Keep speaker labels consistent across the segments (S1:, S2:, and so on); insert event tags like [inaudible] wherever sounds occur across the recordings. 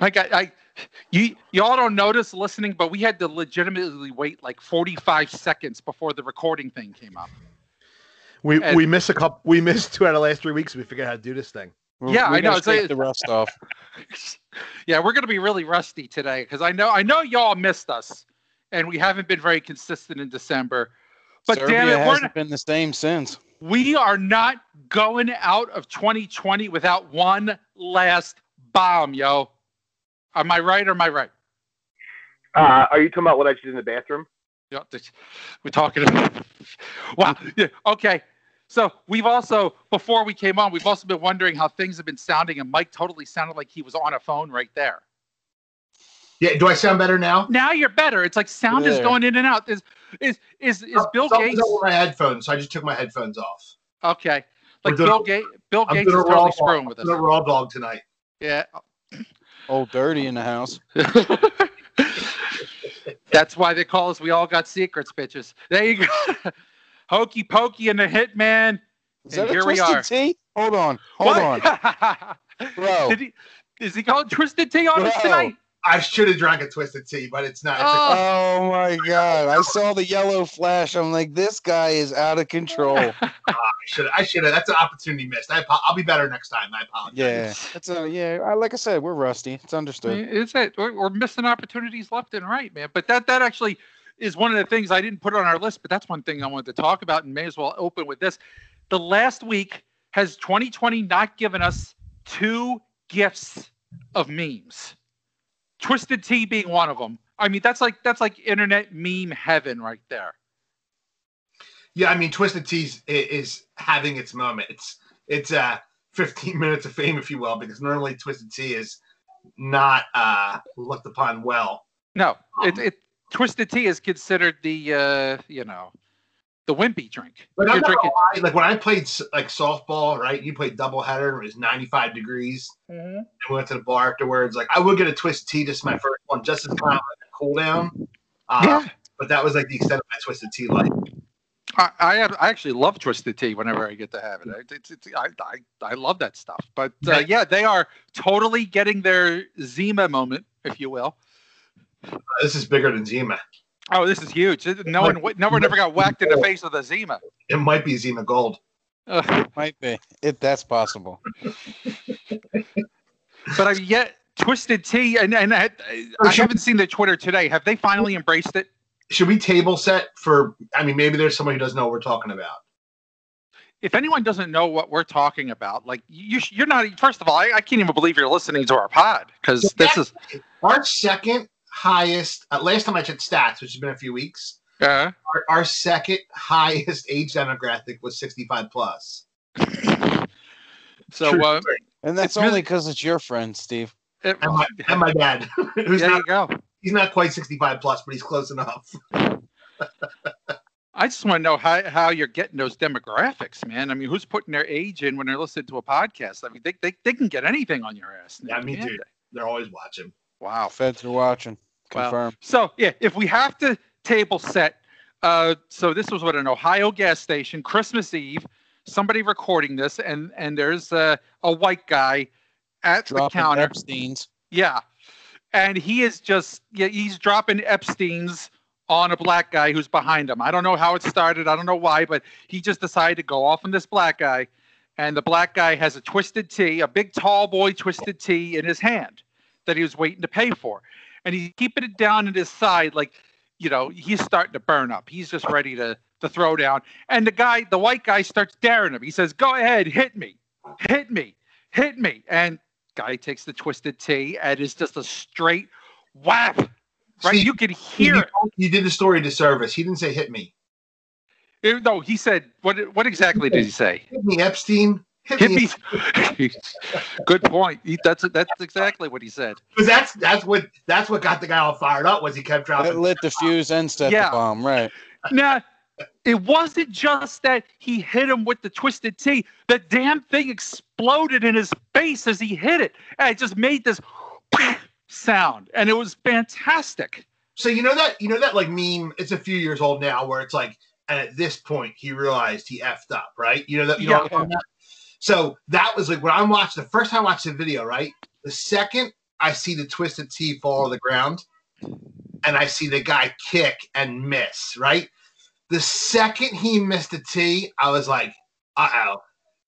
S1: Like uh, I, I you y'all don't notice listening, but we had to legitimately wait like 45 seconds before the recording thing came up. [laughs]
S2: We
S1: And-
S2: we missed a couple. We missed two out of the last three weeks. We figured out how to do this thing.
S3: We're-
S1: Yeah,
S3: we're
S1: I know,
S3: gonna
S1: it's like-
S3: shake the rust
S1: [laughs]
S3: off.
S1: yeah, we're gonna be really rusty today because I know I know y'all missed us, and we haven't been very consistent in December. But
S3: Serbia
S1: damn it, we're
S3: hasn't
S1: not,
S3: been the same since.
S1: we are not going out of 2020 without one last bomb, yo. Am I right or am I right?
S4: Uh, are you talking about what I just did in the bathroom?
S1: Yeah, this- we're talking about. Wow. Yeah. Okay. So we've also, before we came on, we've also been wondering how things have been sounding, and Mike totally sounded like he was on a phone right there.
S5: Yeah, do I sound better now?
S1: Now you're better. It's like sound is
S3: There.
S1: going in and out. Is is is
S4: Uh,
S1: is Bill
S5: Something's
S1: Gates
S5: up with my headphones, so I just took my headphones off.
S1: okay? Like
S5: We're doing-
S1: Bill Gates. Bill
S5: I'm
S1: Gates is
S5: doing a raw
S1: totally
S5: dog.
S1: screwing with
S5: I'm a
S1: us.
S5: raw dog tonight.
S1: Yeah.
S3: Old dirty in the house.
S1: That's why they call us. We all got secrets, bitches. There you go. [laughs] Hokey Pokey and the Hitman.
S3: Is
S1: And
S3: that
S1: here
S3: a
S1: we
S3: twisted
S1: are. Oh.
S3: tea? Hold on,
S1: [laughs]
S3: hold on,
S1: on,
S3: bro.
S1: Did he, is he called Twisted Tea on us
S3: Bro.
S1: tonight?
S5: I should have drank a twisted tea, but it's not. It's
S1: Oh.
S3: Oh my god! I saw the yellow flash. I'm like, this guy is out
S1: [laughs]
S3: of control.
S5: a- I should have. That's an opportunity missed. I, apo- I'll be better next time. I apologize.
S3: Yeah, that's a, yeah. I, like I said, we're rusty. It's understood.
S1: It's it. We're, we're missing opportunities left and right, man. But that that actually is one of the things I didn't put on our list, but that's one thing I wanted to talk about and may as well open with this. The last week has 2020 not given us two gifts of memes. Twisted Tea being one of them. I mean, that's like that's like internet meme heaven right there.
S5: Yeah, I mean, Twisted Teas i- is having its moment. It's it's uh, 15 [laughs] minutes of fame, if you will, because normally Twisted Tea is not uh, looked upon well.
S1: No, it, it Twisted Tea is considered the uh, you know, the wimpy drink.
S5: But
S1: You're
S5: I'm not
S1: drinking-
S5: gonna lie, like when I played s- like softball, right? You played doubleheader, and it was 95 degrees. And we went to the bar afterwards. Like I would get a Twisted Tea. This is my first one, just as kind of like a cool down. Uh,
S1: Yeah.
S5: But that was like the extent of my Twisted Tea life.
S1: I I, have, I actually love twisted tea whenever I get to have it. I, it's, it's, I, I, I love that stuff. But uh,
S5: Yeah.
S1: yeah, they are totally getting their Zima moment, if you will.
S5: Uh, This is bigger than Zima.
S1: Oh, this is huge. No one, no one ever got whacked in the face with a Zima.
S5: It might be Zima Gold.
S1: Ugh.
S3: Might be if that's possible.
S1: but I've yet twisted tea, and and I, I haven't seen their Twitter today. Have they finally embraced it?
S5: Should we table set for? I mean, maybe there's someone who doesn't know what we're talking about.
S1: if anyone doesn't know what we're talking about, like you, sh- you're not. e, First of all, I, I can't even believe you're listening to our pod because this is.
S5: Our second highest, uh, last time I checked stats, which has been a few weeks,
S1: Uh,
S5: our, our second highest age demographic was 65 plus.
S1: so,
S5: True
S1: uh,
S5: story.
S3: And that's
S1: It's really-
S3: only because it's your friend, Steve.
S1: it,
S5: and, [laughs] my, and my dad, who's
S1: there
S5: not,
S1: you go.
S5: he's not quite 65 plus, but he's close enough. [laughs]
S1: I just want to know how, how you're getting those demographics, man. I mean, who's putting their age in when they're listening to a podcast? I mean, they, they, they can get anything on your ass. now,
S5: Yeah, me
S1: can't
S5: too.
S1: they?
S5: They're always watching.
S1: Wow.
S3: Feds are watching.
S1: Well,
S3: Confirm.
S1: So yeah, if we have to table set, uh, so this was what an Ohio gas station, Christmas Eve, somebody recording this, and and there's uh, a white guy at the
S3: Dropping
S1: counter.
S3: Epstein's.
S1: Yeah, and he is just yeah, he's dropping Epstein's on a black guy who's behind him. I don't know how it started. I don't know why, but he just decided to go off on this black guy, and the black guy has a twisted T, a big tall boy twisted T in his hand that he was waiting to pay for, and he's keeping it down at his side like. You know, he's starting to burn up. He's just ready to to throw down. And the guy, the white guy, starts daring him. He says, "Go ahead, hit me, hit me, hit me." And guy takes the twisted T and it's just a straight whap. Right?
S5: See,
S1: you can hear
S5: you,
S1: it.
S5: you did the story a disservice. He didn't say hit me.
S1: It- Eh, No, he said what what exactly did he
S5: [laughs]
S1: say?
S5: Hit me, Epstein. Hit, me.
S1: Hippies. [laughs] Good point. He- That's that's exactly what he said.
S5: 'Cause that's that's what that's what got the guy all fired up was he kept
S3: That
S5: dropping.
S3: lit the fuse and set
S1: Yeah.
S3: the bomb. Right.
S1: Now, it wasn't just that he hit him with the twisted T. The damn thing exploded in his face as he hit it, and it just made this [laughs] sound, and it was fantastic.
S5: So you know that you know that like meme. It's a few years old now, where it's like, and at this point he realized he effed up, right? You know that. You know what I'm
S1: Yeah.
S5: talking about? So that was like when I watched the first time I watched the video, right? The second I see the twisted T fall to the ground, and I see the guy kick and miss. Right, the second he missed the T, I was like, "Uh oh!"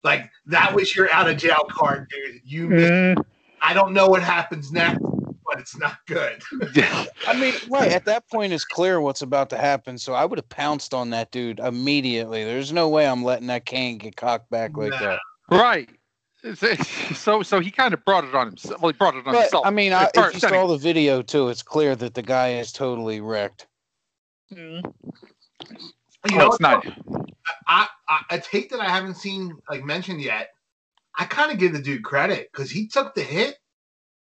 S5: Like that was your out of jail card, dude. You, missed.
S1: [laughs] Mm.
S5: I don't know what happens next, but it's not good.
S3: I mean, right at that point, it's clear what's about to happen. So I would have pounced on that dude immediately. There's no way I'm letting that cane get cocked back like
S5: Nah.
S3: that.
S1: right. So so he kind of brought it on himself. Well, he brought it on
S3: But
S1: himself.
S3: I mean, I,
S1: at
S3: if you
S1: first,
S3: saw the video too, it's clear that the guy is totally wrecked.
S1: Mm.
S5: You
S1: Oh,
S5: know,
S1: it's not.
S5: I, I a take that I haven't seen like mentioned yet. I kind of give the dude credit because he took the hit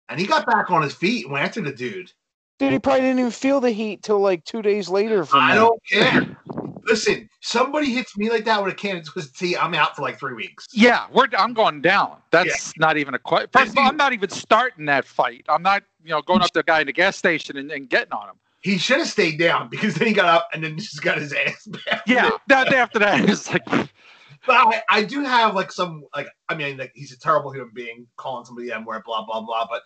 S5: and he got back on his feet and went after the dude.
S3: Dude, he probably didn't even feel the heat till like two days later. From
S5: I
S3: that.
S5: don't care. Listen, somebody hits me like that with a can of twisted tea, I'm out for like three weeks.
S1: Yeah, we're. I'm going down. That's not even a question. First of all, I'm not even starting that fight. I'm not, you know, going up to a guy in the gas station and, and getting on him.
S5: He should have stayed down [laughs] because then he got up and then just got his ass back.
S1: Yeah, that after that, [laughs] it's like,
S5: [laughs] But I, I do have like some like I mean like he's a terrible human being calling somebody the M word blah blah blah. But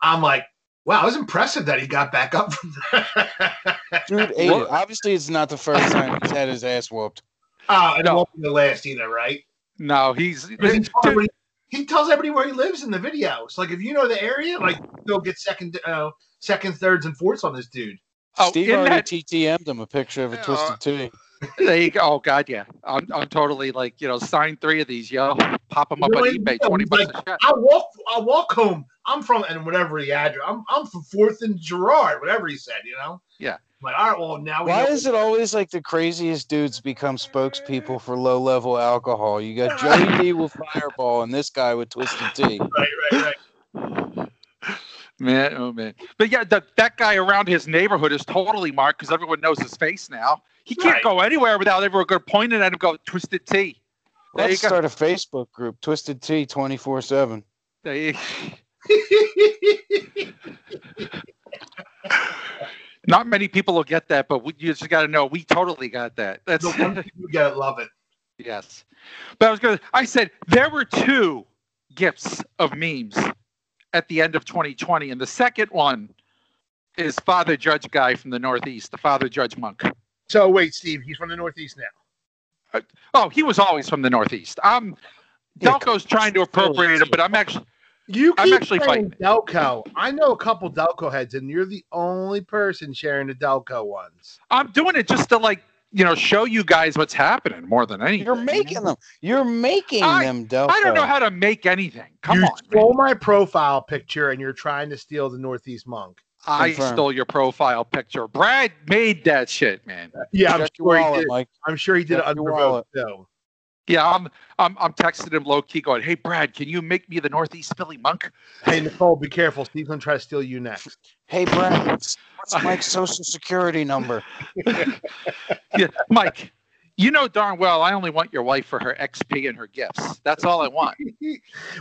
S5: I'm like, wow, it was impressive that he got back up from that. [laughs]
S1: [laughs]
S3: Dude, ate
S1: What?
S3: it. obviously, it's not the first time he's had his ass whooped.
S5: Uh, and
S1: No.
S5: it won't be the last either, right?
S1: no, he's.
S5: 'Cause he,
S1: dude,
S5: tells everybody- he tells everybody where he lives in the videos. Like if you know the area, like you'll get second, uh, second, thirds, and fourths on this dude.
S1: oh,
S3: Steve
S1: in
S3: already
S1: that-
S3: TTM'd him a picture of a
S1: Yeah. uh,
S3: twisted T.
S1: there you go. Oh God, yeah. I'm, I'm totally like, you know, sign three of these, yo. Pop them up
S5: No,
S1: on
S5: he-
S1: eBay,
S5: no,
S1: twenty
S5: he's
S1: bucks
S5: like-
S1: a shot.
S5: I walk, I walk home. I'm from and whatever he address. I'm I'm from Fourth and Gerard, whatever he said. You know.
S1: Yeah.
S5: Like all right, well
S1: Oh,
S5: now. we
S3: Why
S5: know-
S3: is it always like the craziest dudes become spokespeople for low level alcohol? You
S1: [laughs]
S3: got Joey D with Fireball and this guy with Twisted Tea.
S5: right, right,
S6: [laughs]
S5: [laughs] right.
S1: [laughs] Man, oh man. But yeah, the, that guy around his neighborhood is totally marked because everyone knows his face now. He can't
S5: Right.
S1: go anywhere without everyone going pointing at him, go twisted T. There
S3: Let's
S1: you go.
S3: start a Facebook group, Twisted Tea 24 7.
S1: There you- [laughs] Not many people will get that, but we, you just got to know we totally got that. That's
S5: the one thing you gotta love it.
S1: [laughs] yes. But I was going to, I said there were two gifts of memes at the end of 2020, and the second one is Father Judge guy from the Northeast, the Father Judge monk.
S6: So wait, Steve, he's from the Northeast now.
S1: Oh, he was always from the Northeast. Um,
S3: Yeah,
S1: Delco's trying to appropriate him, but I'm actually
S6: You
S1: I'm
S6: keep
S1: actually
S6: saying
S1: fighting
S6: Delco. I know a couple Delco heads, and you're the only person sharing the Delco ones.
S1: I'm doing it just to like you know show you guys what's happening more than anything.
S3: You're making them. You're making
S1: I-
S3: them, Delco.
S1: I don't know how to make anything. Come
S6: you
S1: on, man.
S6: stole my profile picture, and you're trying to steal the Northeast monk.
S1: I
S3: Confirm.
S1: stole your profile picture. Brad made that shit, man.
S6: Yeah, I'm
S3: Check your
S6: sure he
S3: wallet,
S6: did.
S3: Mike.
S6: I'm sure he did it
S3: Check your
S6: unprovoked though.
S1: Yeah, I'm I'm I'm texting him low key, going, "Hey, Brad, can you make me the Northeast Philly monk?"
S6: Hey Nicole, be careful. Steve's gonna try to steal you next.
S3: Hey, Brad, what's
S1: [laughs]
S3: Mike's social security number?
S1: Yeah, [laughs] Mike, you know darn well I only want your wife for her XP and her gifts. That's all I want.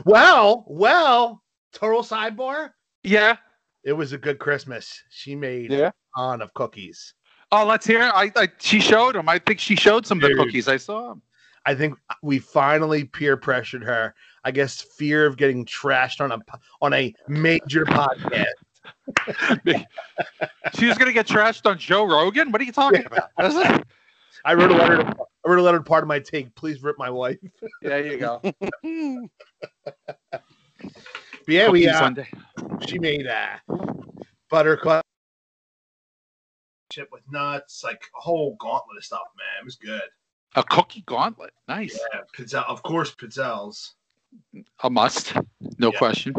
S6: Well, well, total sidebar.
S1: Yeah.
S6: It was a good Christmas. She made
S3: Yeah.
S6: on of cookies.
S1: Oh, let's hear. it. I, I she showed him. I think she showed some of the
S6: Dude.
S1: cookies. I saw them.
S6: I think we finally peer pressured her. I guess fear of getting trashed on a po- on a major podcast.
S1: She was gonna get trashed on Joe Rogan. What are you talking about?
S6: I wrote a letter. To, I wrote a letter to part of my take. Please rip my wife.
S1: there you go.
S3: Hmm.
S6: But yeah, we
S1: Cookies
S6: uh,
S1: on day-
S6: she made uh, buttercup.
S5: Shit with nuts, like a whole gauntlet of stuff, man. It was good.
S1: a cookie gauntlet. Nice.
S5: Yeah, Pizzel, of course, Pizzell's.
S1: A must. No
S5: Yeah.
S1: question.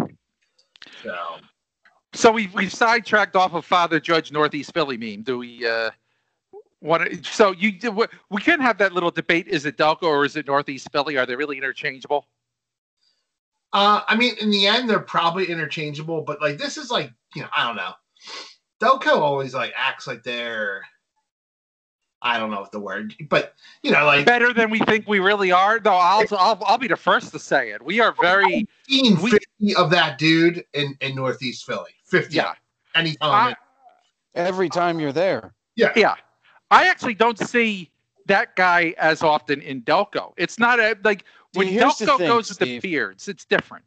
S5: So
S1: So we we sidetracked off of Father Judge Northeast Philly meme. Do we uh want to, so you we- we can have that little debate is it Delco or is it Northeast Philly? Are they really interchangeable?
S5: Uh, I mean, in the end, they're probably interchangeable, but like this is like you know, I don't know. Delco always like acts like they're, I don't know what the word, but you know, like
S1: Better than we think we really are. Though I'll I'll, I'll be the first to say it. We are very
S5: 15,
S1: we-
S5: 50 of that dude in in Northeast Philly, fifty
S1: yeah. Uh,
S5: yeah. any
S6: Oh,
S1: I-
S5: time.
S3: Every time you're there.
S1: Yeah. I actually don't see that guy as often in Delco. It's not a, like when
S3: Dude, here's the
S1: Delco
S3: thing,
S1: goes with the
S3: Steve.
S1: beards, it's different.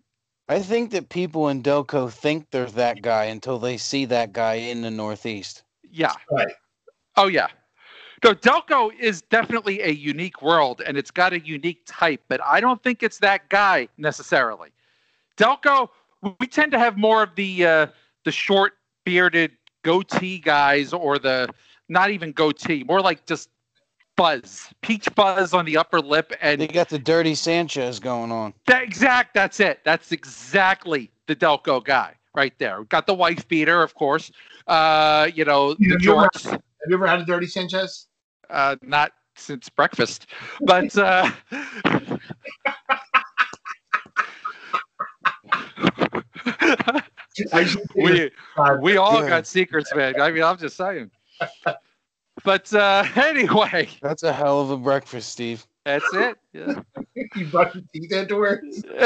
S3: I think that people in Delco think they're that guy until they see that guy in the Northeast.
S1: Yeah.
S5: Right.
S1: Oh yeah. No, Delco is definitely a unique world and it's got a unique type, but I don't think it's that guy necessarily. Delco, we tend to have more of the uh, the short bearded goatee guys or the not even goatee, more like just buzz, peach buzz on the upper lip and
S3: They got the dirty Sanchez going on.
S1: that exact. That's it. That's exactly the Delco guy right there. We've got the wife beater, of course. Uh, you know
S5: Yeah,
S1: the
S5: you're right.
S1: jorts.
S5: Have you ever had a dirty Sanchez?
S1: Uh, not since breakfast, but uh,
S5: I usually think
S1: we
S5: it's-
S1: we all
S3: Yeah.
S1: got secrets, man. I mean, I'm just saying. But uh, [laughs] anyway,
S3: That's a hell of a breakfast, Steve.
S1: that's it. Yeah.
S5: [laughs] you brush your teeth afterwards.
S1: [laughs]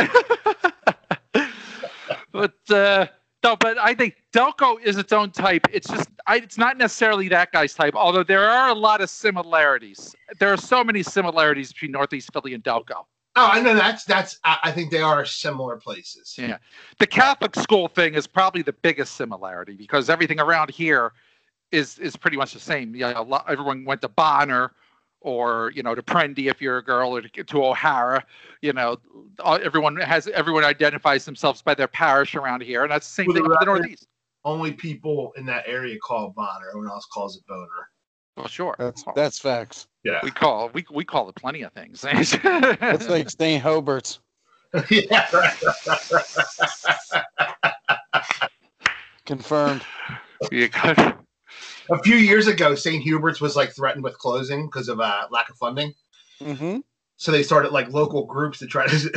S1: but uh, no, but I think Delco is its own type. It's just I, it's not necessarily that guy's type. Although there are a lot of similarities. There are so many similarities between Northeast Philly and Delco.
S5: Oh, I know that's that's. I, I think they are similar places.
S1: Yeah. The Catholic school thing is probably the biggest similarity because everything around here is is pretty much the same. You know, a lot, everyone went to Bonner or you know to Prendy if you're a girl or to, to O'Hara. You know, all- everyone has everyone identifies themselves by their parish around here, and that's the same
S5: Well,
S1: thing
S5: the
S1: for the
S5: Rock-
S1: Northeast.
S5: Only people in that area call it Bonner. Everyone else calls it Boner.
S1: Well, sure.
S3: That's that's facts.
S5: Yeah.
S1: we call we we call it plenty of things. [laughs]
S3: That's [laughs] like St. Hobart's.
S5: [laughs] yeah. Right.
S3: Confirmed.
S1: You got-
S5: A few years ago, St. Hubert's was like threatened with closing because of uh, lack of funding.
S3: Mm-hmm.
S5: So they started like local groups to try to [laughs]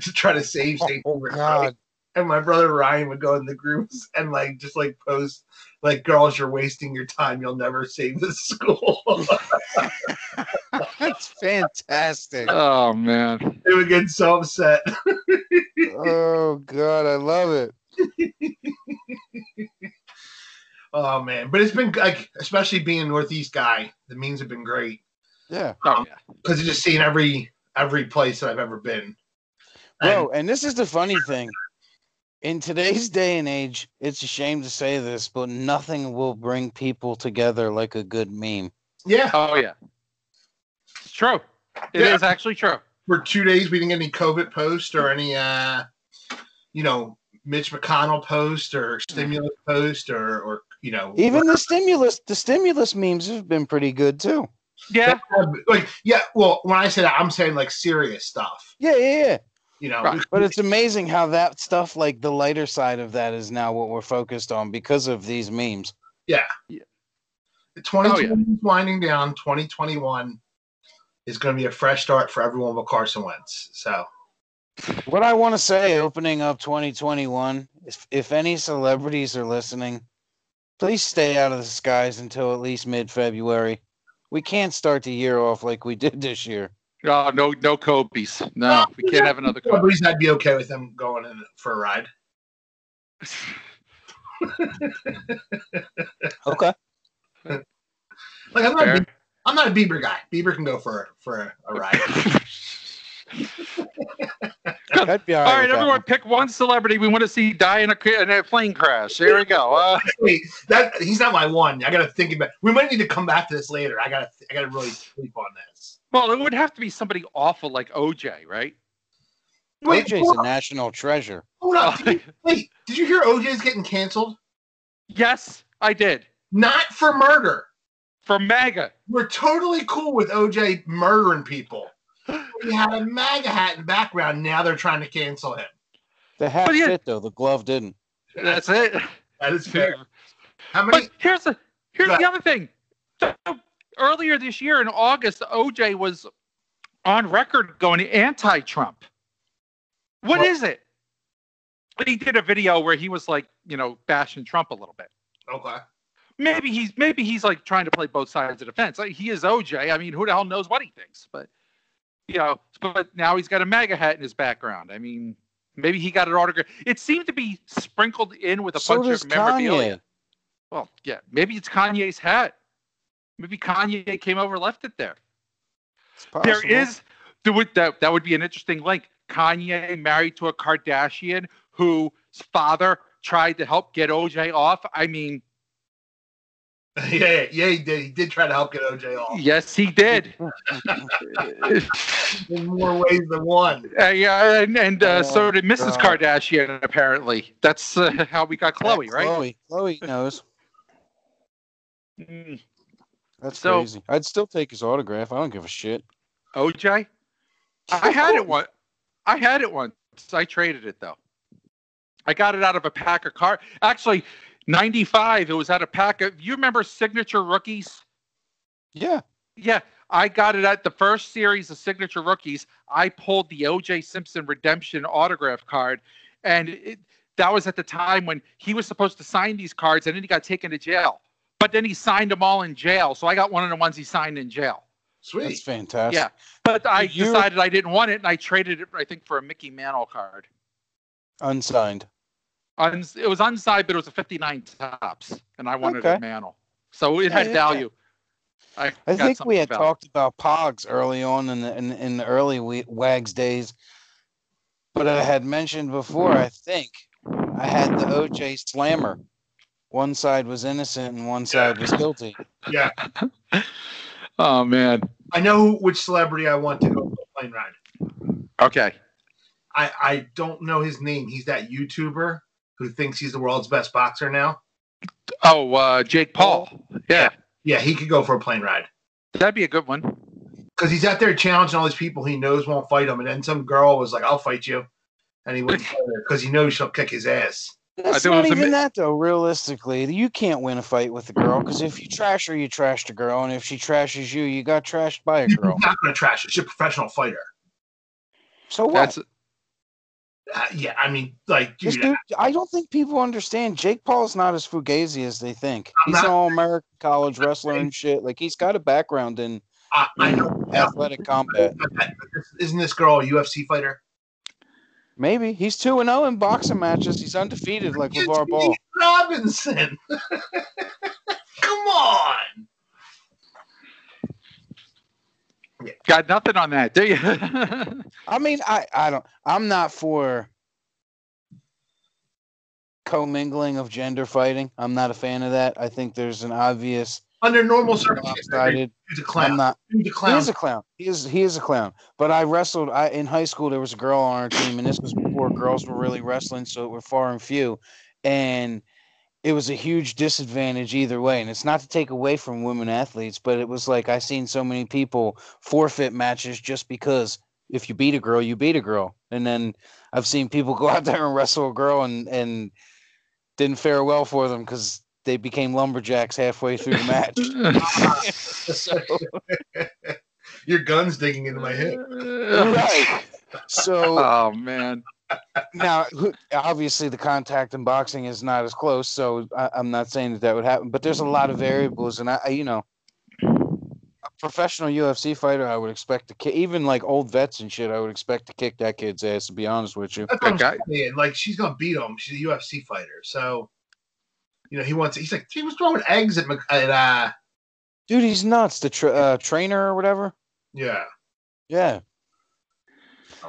S5: to try to save St. Hubert's.
S3: God.
S5: And my brother Ryan would go in the groups and like just like post like, "Girls, you're wasting your time. You'll never save this school." [laughs]
S3: That's
S1: [laughs]
S3: fantastic.
S1: oh man.
S5: they would get so upset.
S3: oh God, I love it.
S5: Oh man, but it's been like, especially being a Northeast guy, the memes have been great
S3: Yeah.
S1: Oh, yeah.
S5: because just seeing every every place that I've ever been.
S3: Bro, and this is the funny thing. In today's day and age, it's a shame to say this, but nothing will bring people together like a good meme.
S5: Yeah,
S1: Oh yeah. It's true. It is
S5: Yeah.
S1: actually true.
S5: for two days we didn't get any COVID post or any, uh you know, Mitch McConnell post or stimulus post or or you know
S3: Even the stimulus, the stimulus memes have been pretty good too.
S1: Yeah.
S5: like yeah. Well, when I say that, I'm saying like serious stuff.
S3: Yeah, yeah, yeah.
S5: You know,
S1: Right.
S3: But it's amazing how that stuff, like the lighter side of that, is now what we're focused on because of these memes.
S5: yeah.
S1: Yeah.
S5: 2020 is winding down. 2021 is going to be a fresh start for everyone but Carson Wentz. So.
S3: What I want to say opening up 2021, if, if any celebrities are listening, please stay out of the skies until at least mid February. We can't start the year off like we [laughs] did this year.
S1: Oh, no, no Kobe's. No, we can't have another
S5: For some
S1: [laughs] Kobe.
S5: reason, I'd be okay with them going in for a ride.
S3: Okay.
S5: Like I'm not, a
S1: Fair.
S5: Bieber,
S1: [laughs]
S5: I'm not a Bieber guy. Bieber can go for for a ride.
S3: [laughs] That'd be all
S1: All right, everyone, pick one celebrity we want to see die in a, ca- in a plane crash. Here we go. Uh,
S5: Wait, that he's not my one. I got to think about. We might need to come back to this later. I got to I got to really sleep on this.
S1: well, it would have to be somebody awful like OJ, right?
S5: Wait,
S3: OJ's a
S5: hold,
S3: national treasure.
S5: hold up.
S1: Oh, [laughs]
S5: Did you- wait, did you hear OJ's getting canceled?
S1: Yes, I did.
S5: Not for murder.
S1: For MAGA.
S5: We're totally cool with OJ murdering people. He had a MAGA hat in the background. Now they're trying to cancel him.
S3: The hat
S1: But yeah-
S3: fit though, the glove didn't.
S1: That's it.
S5: That is fair. How many?
S1: But here's the here's
S5: Right.
S1: the other thing. So, earlier this year in August, OJ was on record going anti-Trump.
S5: Well-
S1: what is it? He did a video where he was like, you know, bashing Trump a little bit.
S5: Okay. [laughs]
S1: Maybe he's maybe he's like trying to play both sides of the fence. Like, he is OJ. I mean, who the hell knows what he thinks? But you know, but now he's got a MAGA hat in his background. I mean, maybe he got an autograph. It seemed to be sprinkled in with a
S3: So
S1: bunch
S3: does
S1: of memorabilia.
S3: Kanye.
S1: Well, yeah, maybe it's Kanye's hat. Maybe Kanye came over, and left it there.
S3: It's possible.
S1: There is there would that that would be an interesting link. Kanye married to a Kardashian whose father tried to help get OJ off. I mean,
S5: yeah, yeah, he did. He did try to help get OJ off
S1: yes, he
S3: [laughs]
S1: did.
S5: in more ways than one.
S1: Uh, yeah, and, and uh, so
S3: Oh,
S1: did Mrs.
S3: God.
S1: Kardashian. Apparently, that's uh, how we got Chloe, right?
S3: Chloe, Chloe knows.
S1: Mm.
S3: That's
S1: So-
S3: crazy. I'd still take his autograph. I don't give a shit.
S1: OJ, I had it once. I had it once. I traded it though. I got it out of a pack of cards. Actually, '95. It was out of pack of. You remember signature rookies?
S3: Yeah.
S1: Yeah, I got it at the first series of signature rookies. I pulled the OJ Simpson redemption autograph card, and it, that was at the time when he was supposed to sign these cards, and then he got taken to jail. But then he signed them all in jail, so I got one of the ones he signed in jail.
S3: That's
S5: Sweet.
S3: fantastic.
S1: Yeah, but I
S3: You-
S1: decided I didn't want it, and I traded it. I think for a Mickey Mantle card.
S3: Unsigned.
S1: Uns- it was unsigned, but it was a '59 tops, and I wanted
S3: Okay.
S1: a Mantle, so it
S3: Yeah,
S1: had
S3: yeah,
S1: value.
S3: I
S1: got
S3: think we
S1: something
S3: had
S1: valid.
S3: talked about Pogs early on in the in, in the early we, Wags days, but I had mentioned before. I think I had the OJ Slammer. One side was innocent and one side was guilty.
S5: Yeah,
S1: Oh man.
S5: I know which celebrity I want to go for a plane ride.
S1: Okay.
S5: I I don't know his name. He's that YouTuber who thinks he's the world's best boxer now.
S1: Oh, uh, Jake Paul. Yeah,
S5: Yeah, he could go for a plane ride.
S1: that'd be a good one.
S5: because he's out there challenging all these people he knows won't fight him, and then some girl was like, "I'll fight you," and he wouldn't fight her because he knows she'll kick his ass.
S3: That's
S1: think it
S3: not
S1: was a
S3: even
S1: mi-
S3: that though. Realistically, you can't win a fight with a girl because if you trash her, you trashed a girl, and if she trashes you, you got trashed by a
S5: She's
S3: girl.
S5: not gonna trash her. She's a professional fighter.
S3: So what?
S1: That's
S5: Uh, yeah, I mean, like,
S3: This
S5: dude,
S3: dude, I don't think people understand. Jake Paul's not as fugazi as they think.
S5: I'm
S3: He's
S5: not-
S3: an all-American college wrestler and shit. Like he's got a background in
S5: I, I know.
S3: athletic combat.
S5: Isn't this girl a UFC fighter?
S3: Maybe he's two and zero in boxing matches. He's undefeated, like
S5: It's
S3: LeVar Ball.
S5: Nate Robinson. [laughs] Come on.
S1: got nothing on that, do you?
S3: I mean, I, I don't. I'm not for commingling of gender fighting. I'm not a fan of that. I think there's an obvious
S5: Under normal circumstances,
S3: lopsided.
S5: he's a
S3: I'm
S5: clown.
S3: not.
S5: He's a
S3: He
S5: clown.
S3: is a clown. He is he is a clown. But I wrestled I in high school there was a girl on our team and this was before girls were really wrestling, so it were far and few. And it was a huge disadvantage either way. And it's not to take away from women athletes, but it was like I seen so many people forfeit matches just because if you beat a girl, you beat a girl. And then I've seen people [laughs] go out there and wrestle a girl and and didn't fare well for them because they became lumberjacks halfway through the
S1: [laughs]
S3: match. so
S5: [laughs] Your gun's digging into
S1: [laughs]
S5: my hip.
S3: right. So
S1: Oh man.
S3: now, who- obviously, the contact in boxing is not as close. So I, I'm not saying that that would happen, but there's a lot of variables, and I, I you know, a professional UFC fighter, I would expect to kick, even like old vets and shit, I would expect to kick that kid's ass. To be honest with you,
S5: That's what
S1: Okay.
S5: I'm saying. Like she's gonna beat him. She's a UFC fighter, so you know he wants. He's like he was throwing eggs at, Mc- at uh
S3: dude, he's nuts. The tra- uh, trainer or whatever,
S5: yeah.
S3: yeah.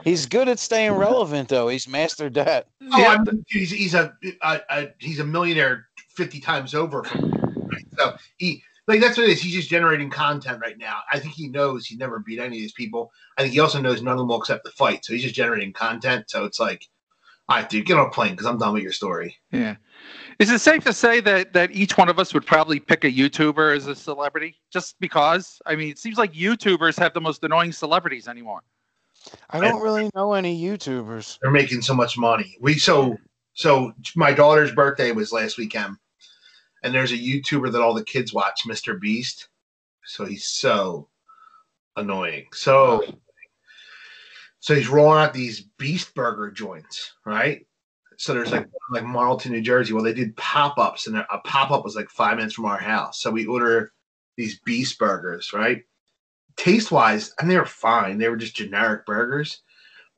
S3: He's good at staying relevant, though. He's mastered that.
S5: Oh,
S1: Yeah,
S5: I mean, dude, he's he's a, a, a he's a millionaire fifty times over. From, [laughs] right? So he like that's what it is. He's just generating content right now. I think he knows he never beat any of these people. I think he also knows none of them will accept the fight. So he's just generating content. So it's like, all right, dude, get on a plane because I'm done with your story.
S1: Yeah. Is it safe to say that that each one of us would probably pick a YouTuber as a celebrity just because? I mean, it seems like YouTubers have the most annoying celebrities anymore.
S3: I don't really know any YouTubers.
S5: they're making so much money. We so so my daughter's birthday was last weekend, and there's a YouTuber that all the kids watch, Mr. Beast. So he's so annoying. So so he's rolling out these Beast Burger joints, right? So there's like like Marlton, New Jersey. Well, they did pop ups, and a pop up was like five minutes from our house. So we order these Beast Burgers, right? Taste wise, and they were fine. They were just generic burgers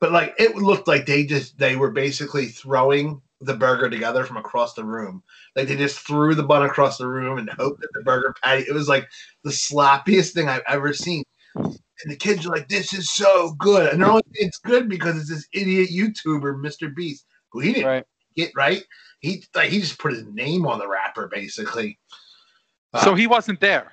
S5: but like it looked like they just they were basically throwing the burger together from across the room. Like they just threw the bun across the room and hoped that the burger patty. It was like the sloppiest thing I've ever seen. And the kids are like, "This is so good," and they're only it's good because it's this idiot YouTuber, Mr. Beast. who he didn't
S3: Right.
S5: get right. He like, he just put his name on the rapper basically.
S3: Ah.
S1: so he wasn't there.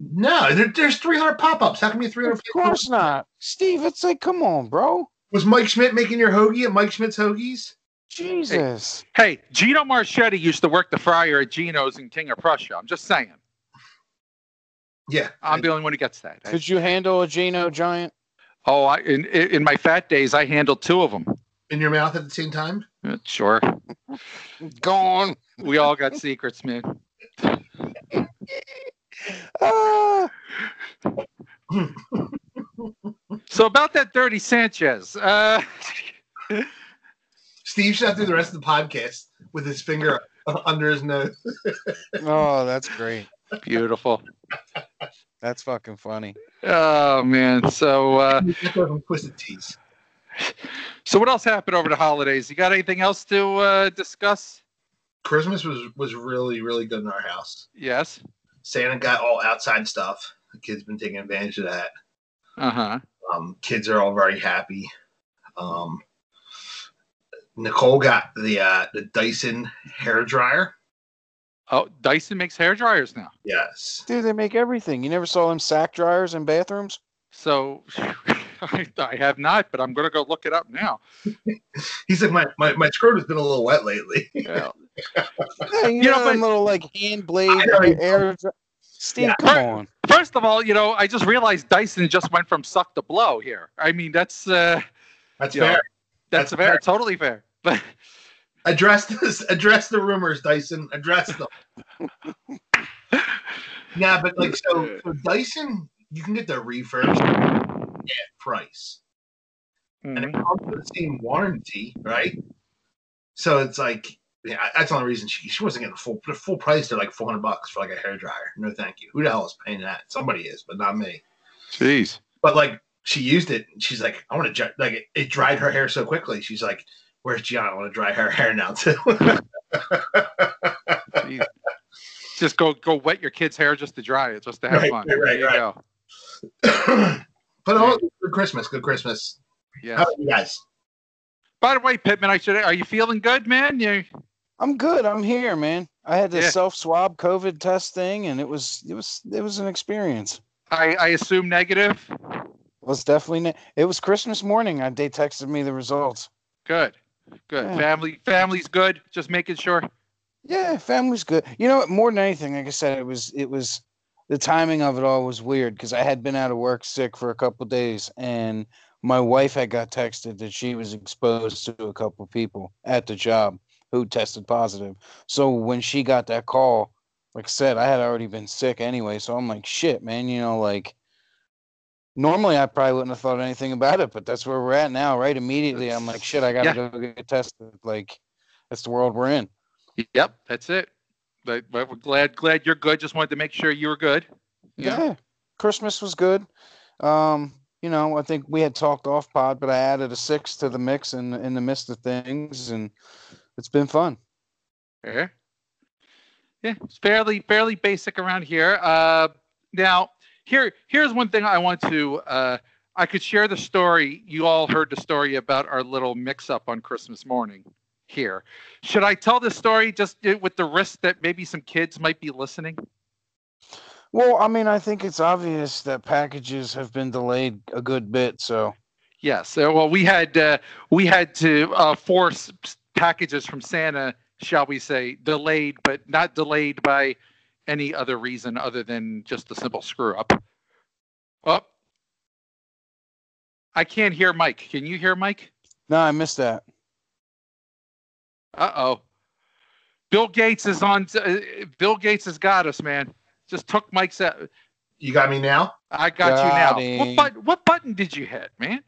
S5: No, there, there's 300 pop ups. How come you 300?
S3: Of course not. Steve, it's like, come on, bro.
S5: Was Mike Schmidt making your hoagie at Mike Schmidt's Hoagies?
S3: Jesus.
S1: Hey, Gino Marchetti used to work the fryer at Gino's in King of Prussia. I'm just saying.
S5: Yeah.
S1: I'm the only one who gets that.
S3: Could you handle a Geno Giant?
S1: oh, I, in in my fat days, I handled two of them.
S5: in your mouth at the same time?
S1: Sure,
S3: Gone.
S1: we all
S3: [laughs]
S1: got secrets, man.
S3: Ah,
S1: So about that dirty Sanchez. Uh, [laughs]
S5: Steve shot through the rest of the podcast with his finger under his nose.
S3: oh, that's great.
S1: beautiful.
S3: That's fucking funny.
S1: Oh man. So uh,
S5: From Twisted Tees.
S1: so what else happened over the holidays? You got anything else to uh, discuss?
S5: Christmas was was really really good in our house.
S1: Yes.
S5: Santa got all outside stuff. The kids been taking advantage of that.
S1: Uh huh.
S5: Um, kids are all very happy. Um, Nicole got the uh, the Dyson hair dryer.
S1: Oh, Dyson makes hair dryers now.
S5: Yes,
S3: Dude, they make everything. You never saw them sack dryers in bathrooms?
S1: So [laughs] I, I have not, but I'm gonna go look it up now.
S5: he's like my my, my throat has been a little wet lately.
S1: Yeah.
S3: Yeah, [laughs] you,
S1: You know,
S3: know, them
S1: but-
S3: little like hand blade
S5: I know, you-
S3: air. dry- Steve,
S5: Yeah.
S3: come on.
S1: First of all, you know, I just realized Dyson just went from suck to blow here. I mean, that's uh,
S5: [laughs] That's
S1: Yeah.
S5: fair.
S1: that's,
S5: That's
S1: fair,
S5: fair.
S1: totally fair. [laughs] But
S5: Address this. Address the rumors, Dyson. Address them. [laughs] yeah, but like so, so, Dyson, you can get the refurbs at price, and it
S1: Mm-hmm.
S5: comes with the same warranty, right? So it's like, yeah, that's the only reason she she wasn't getting full the full price. They're like four hundred bucks for like a hair dryer. No, thank you. Who the hell is paying that? Somebody is, but not me.
S1: jeez,
S5: But like, she used it. And she's like, I want to like it, it dried her hair so quickly. She's like, Where's Gianna? I want to dry her [laughs] hair now too.
S1: just go go wet your kid's hair just to dry it, just to have
S5: Right,
S1: fun.
S5: right, right,
S1: there you
S5: right.
S1: go.
S5: [clears throat] but oh, good Christmas, good Christmas.
S1: Yes.
S5: How about you guys?
S1: By the way, Pittman, I should. Are you feeling good, man? You
S3: I'm good. I'm here, man. I had this
S1: Yeah.
S3: self swab COVID test thing, and it was it was it was an experience.
S1: I, I assume negative.
S3: It was definitely ne- it was Christmas morning. I, they texted me the results.
S1: Good, good.
S3: Yeah.
S1: Family, family's good. Just making sure.
S3: Yeah, family's good. You know, what, more than anything, like I said, it was it was the timing of it all was weird because I had been out of work sick for a couple days, and my wife had got texted that she was exposed to a couple people at the job who tested positive. So when she got that call, like I said, I had already been sick anyway. So I'm like, shit, man. You know, like normally I probably wouldn't have thought anything about it, but that's where we're at now, right? Immediately, I'm like, shit, I gotta go get tested. Like that's the world we're in.
S1: Yep, that's it. But, but we're glad glad you're good. Just wanted to make sure you were good.
S3: yeah. Christmas was good. Um, you know, I think we had talked off pod, but I added a six to the mix in in the midst of things, and it's been fun.
S1: Fair. Yeah, it's fairly fairly basic around here. Uh, now, here here's one thing I want to. Uh, I could share the story. You all heard the story about our little mix-up on Christmas morning. Here, should I tell this story just uh, with the risk that maybe some kids might be listening?
S3: Well, I mean, I think it's obvious that packages have been delayed a good bit, so
S1: Yes. Uh, well, we had uh, we had to uh, force packages from Santa, shall we say, delayed, but not delayed by any other reason other than just a simple screw up. Oh, I can't hear Mike. Can you hear Mike?
S3: no, I missed that.
S1: Uh oh. Bill Gates is on. Uh, Bill Gates has got us, man. Just took Mike's. out.
S5: You got me now?
S1: I got,
S3: Got
S1: you now.
S3: him.
S1: What, but, what button did you hit, man?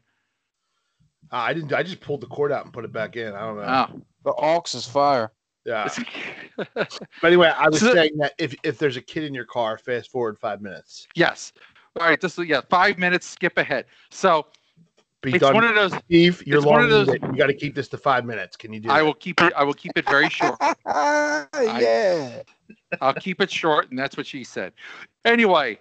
S7: Uh, I didn't. I just pulled the cord out and put it back in. I don't know.
S1: Oh.
S3: The aux is fire. [laughs]
S7: yeah.
S3: Uh,
S7: But anyway, I was
S1: So-
S7: saying that if if there's a kid in your car, fast forward five minutes.
S1: Yes. All right. This is yeah. Five minutes. Skip ahead. So
S7: Be
S1: it's
S7: done.
S1: one of those.
S7: Steve, you're
S1: it's one of
S7: long.
S1: those-
S7: winded. You got to keep this to five minutes. Can you do?
S1: I
S7: that?
S1: will keep it. I will keep it very short.
S3: yeah.
S1: I'll keep it short, and that's what she said. Anyway,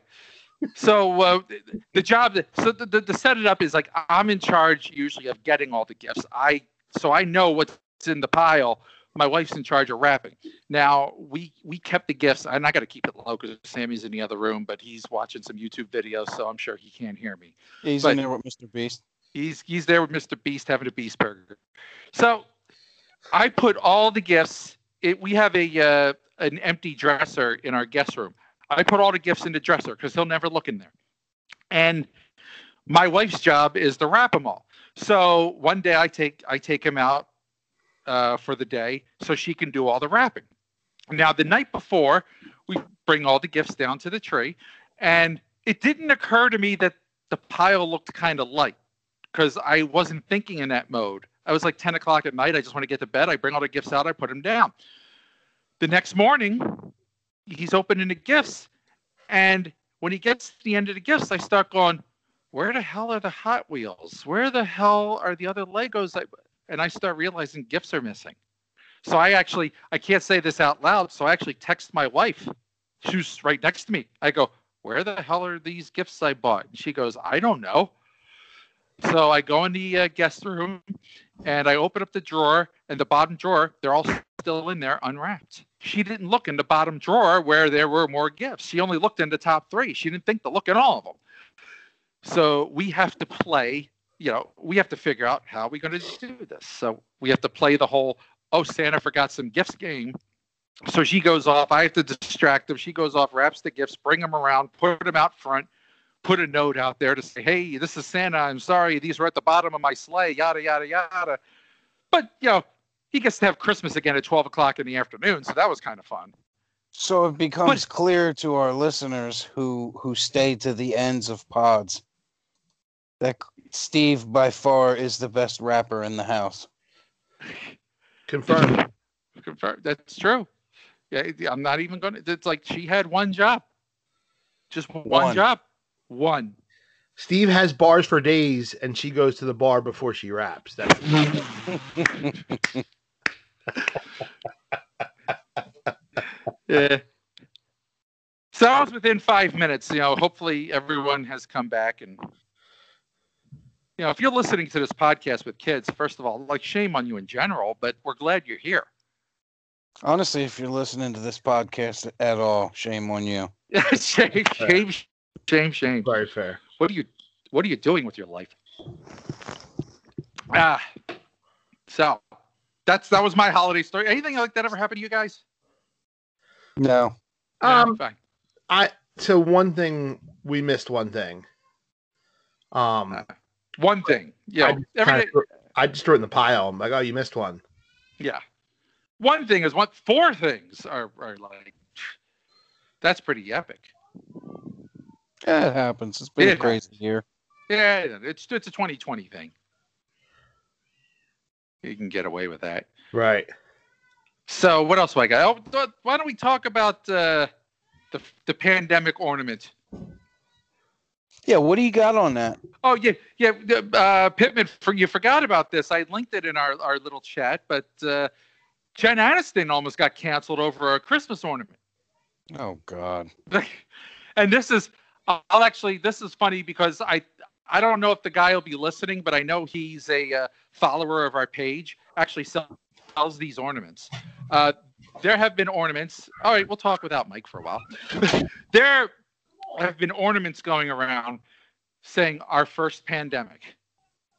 S1: so uh, th- the job. that- So the, the the set it up is like I'm in charge usually of getting all the gifts. I so I know what's in the pile. My wife's in charge of wrapping. Now we we kept the gifts, and I got to keep it low because Sammy's in the other room, but he's watching some YouTube videos, so I'm sure he can't hear me.
S3: He's
S1: But-
S3: in there with Mr. Beast.
S1: He's he's there with Mr. Beast having a Beast burger. So I put all the gifts. It, we have a uh, an empty dresser in our guest room. I put all the gifts in the dresser because he'll never look in there. And my wife's job is to wrap them all. So one day I take I take him out uh, for the day so she can do all the wrapping. Now the night before we bring all the gifts down to the tree, and it didn't occur to me that the pile looked kind of light because I wasn't thinking in that mode. I was like 10 o'clock at night. I just want to get to bed. I bring all the gifts out. I put them down. The next morning, he's opening the gifts. And when he gets to the end of the gifts, I start going, Where the hell are the Hot Wheels? Where the hell are the other Legos? I, and I start realizing gifts are missing. So I actually, I can't say this out loud. So I actually text my wife. She's right next to me. I go, Where the hell are these gifts I bought? And she goes, I don't know. So I go in the uh, guest room and I open up the drawer, and the bottom drawer, they're all still in there unwrapped. She didn't look in the bottom drawer where there were more gifts. She only looked in the top three. She didn't think to look at all of them. So we have to play, you know, we have to figure out how we're going to do this. So we have to play the whole, oh, Santa forgot some gifts game. So she goes off. I have to distract them. She goes off, wraps the gifts, bring them around, put them out front put a note out there to say, "Hey, this is Santa. I'm sorry. These were at the bottom of my sleigh." Yada yada yada. But you know, he gets to have Christmas again at twelve o'clock in the afternoon, so that was kind of fun.
S3: So it becomes clear to our listeners who who stay to the ends of pods that Steve by far is the best rapper in the house.
S1: [laughs]
S5: Confirmed.
S1: Confirm- That's true. Yeah, I'm not even going to. It's like she had one job, just one,
S3: One.
S1: job, one.
S5: Steve has bars for days, and she goes to the bar before she raps. That's
S1: [laughs] Yeah. So that was within five minutes. You know, hopefully everyone has come back and you know, if you're listening to this podcast with kids, first of all, like shame on you in general, but we're glad you're here.
S3: Honestly, if you're listening to this podcast at all, shame on you.
S1: [laughs] shame, shame, shame, shame.
S5: very fair.
S1: What are you what are you doing with your life? Ah. So that's that was my holiday story. Anything like that ever happened to you guys?
S3: No.
S1: No,
S5: Um,
S1: fine.
S5: So one thing we missed. One thing. Um,
S1: One thing. Yeah.
S5: I
S1: Uh, Every
S5: kinda
S1: day,
S5: threw- I just threw it in the pile. I'm like, oh, you missed one.
S1: Yeah. One thing is what four things are, are like that's pretty epic.
S3: Yeah, it happens. It's been
S1: It
S3: a crazy year.
S1: Yeah, it's it's a 2020 thing. You can get away with that.
S5: Right.
S1: So what else do I got? Oh, th- why don't we talk about uh, the the pandemic ornament?
S3: Yeah, what do you got on that?
S1: Oh yeah, yeah. the- Uh, Pittman, for, you forgot about this. I linked it in our, our little chat, but uh, Jen Aniston almost got canceled over a Christmas ornament.
S3: Oh God.
S1: [laughs] and this is i'll actually this is funny because i i don't know if the guy will be listening but i know he's a uh, follower of our page actually sell- sells these ornaments uh, there have been ornaments all right we'll talk without mike for a while [laughs] there have been ornaments going around saying our first pandemic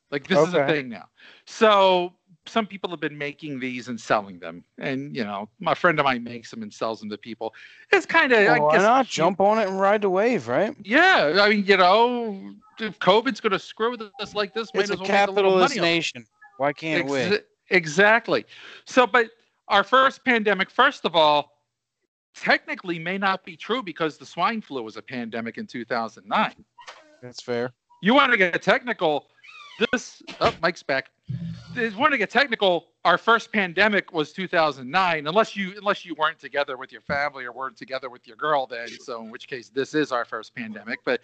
S1: like this is a
S3: Okay.
S1: thing now so some people have been making these and selling them and you know my friend of mine makes them and sells them to people it's kind of
S3: Well,
S1: I
S3: why
S1: guess
S3: not
S1: cute.
S3: jump on it and ride the wave, right?
S1: Yeah, I mean, you know, if COVID's going to screw with us like this, might
S3: It's a
S1: as well make little
S3: capitalist
S1: money off
S3: nation. Why can't
S1: Ex-
S3: we?
S1: Exactly. So, but our first pandemic, first of all, technically may not be true because the swine flu was a pandemic in 2009.
S3: That's fair.
S1: You want to get technical? This oh, Mike's back. If you want to get technical? Our first pandemic was 2009. Unless you unless you weren't together with your family or weren't together with your girl then. So in which case, this is our first pandemic. But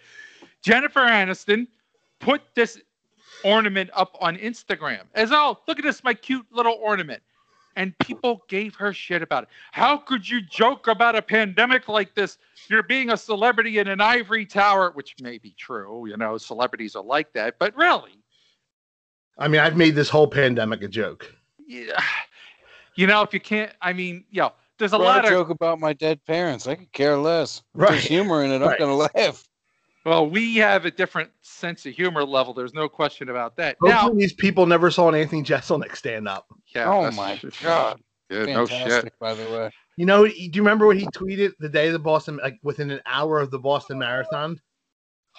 S1: Jennifer Aniston put this ornament up on Instagram as oh look at this my cute little ornament. And people gave her shit about it. How could you joke about a pandemic like this? you're being a celebrity in an ivory tower, which may be true, you know, celebrities are like that, but really,
S5: I mean, I've made this whole pandemic a joke.
S1: yeah, you know, if you can't, I mean, yo, there's a
S3: Brought
S1: lot of
S3: joke about my dead parents. I could care less. If
S5: Right.
S3: There's humor in it. I'm
S5: Right.
S3: gonna laugh.
S1: well, we have a different sense of humor level. There's no question about that.
S5: Hopefully,
S1: Now,
S5: these people never saw an Anthony Jeselnik stand up.
S1: yeah,
S3: oh
S1: that's-
S3: my god!
S1: yeah, no
S3: Fantastic,
S1: shit.
S3: by the way.
S5: You know, do you remember what he tweeted the day of the Boston, like within an hour of the Boston Marathon?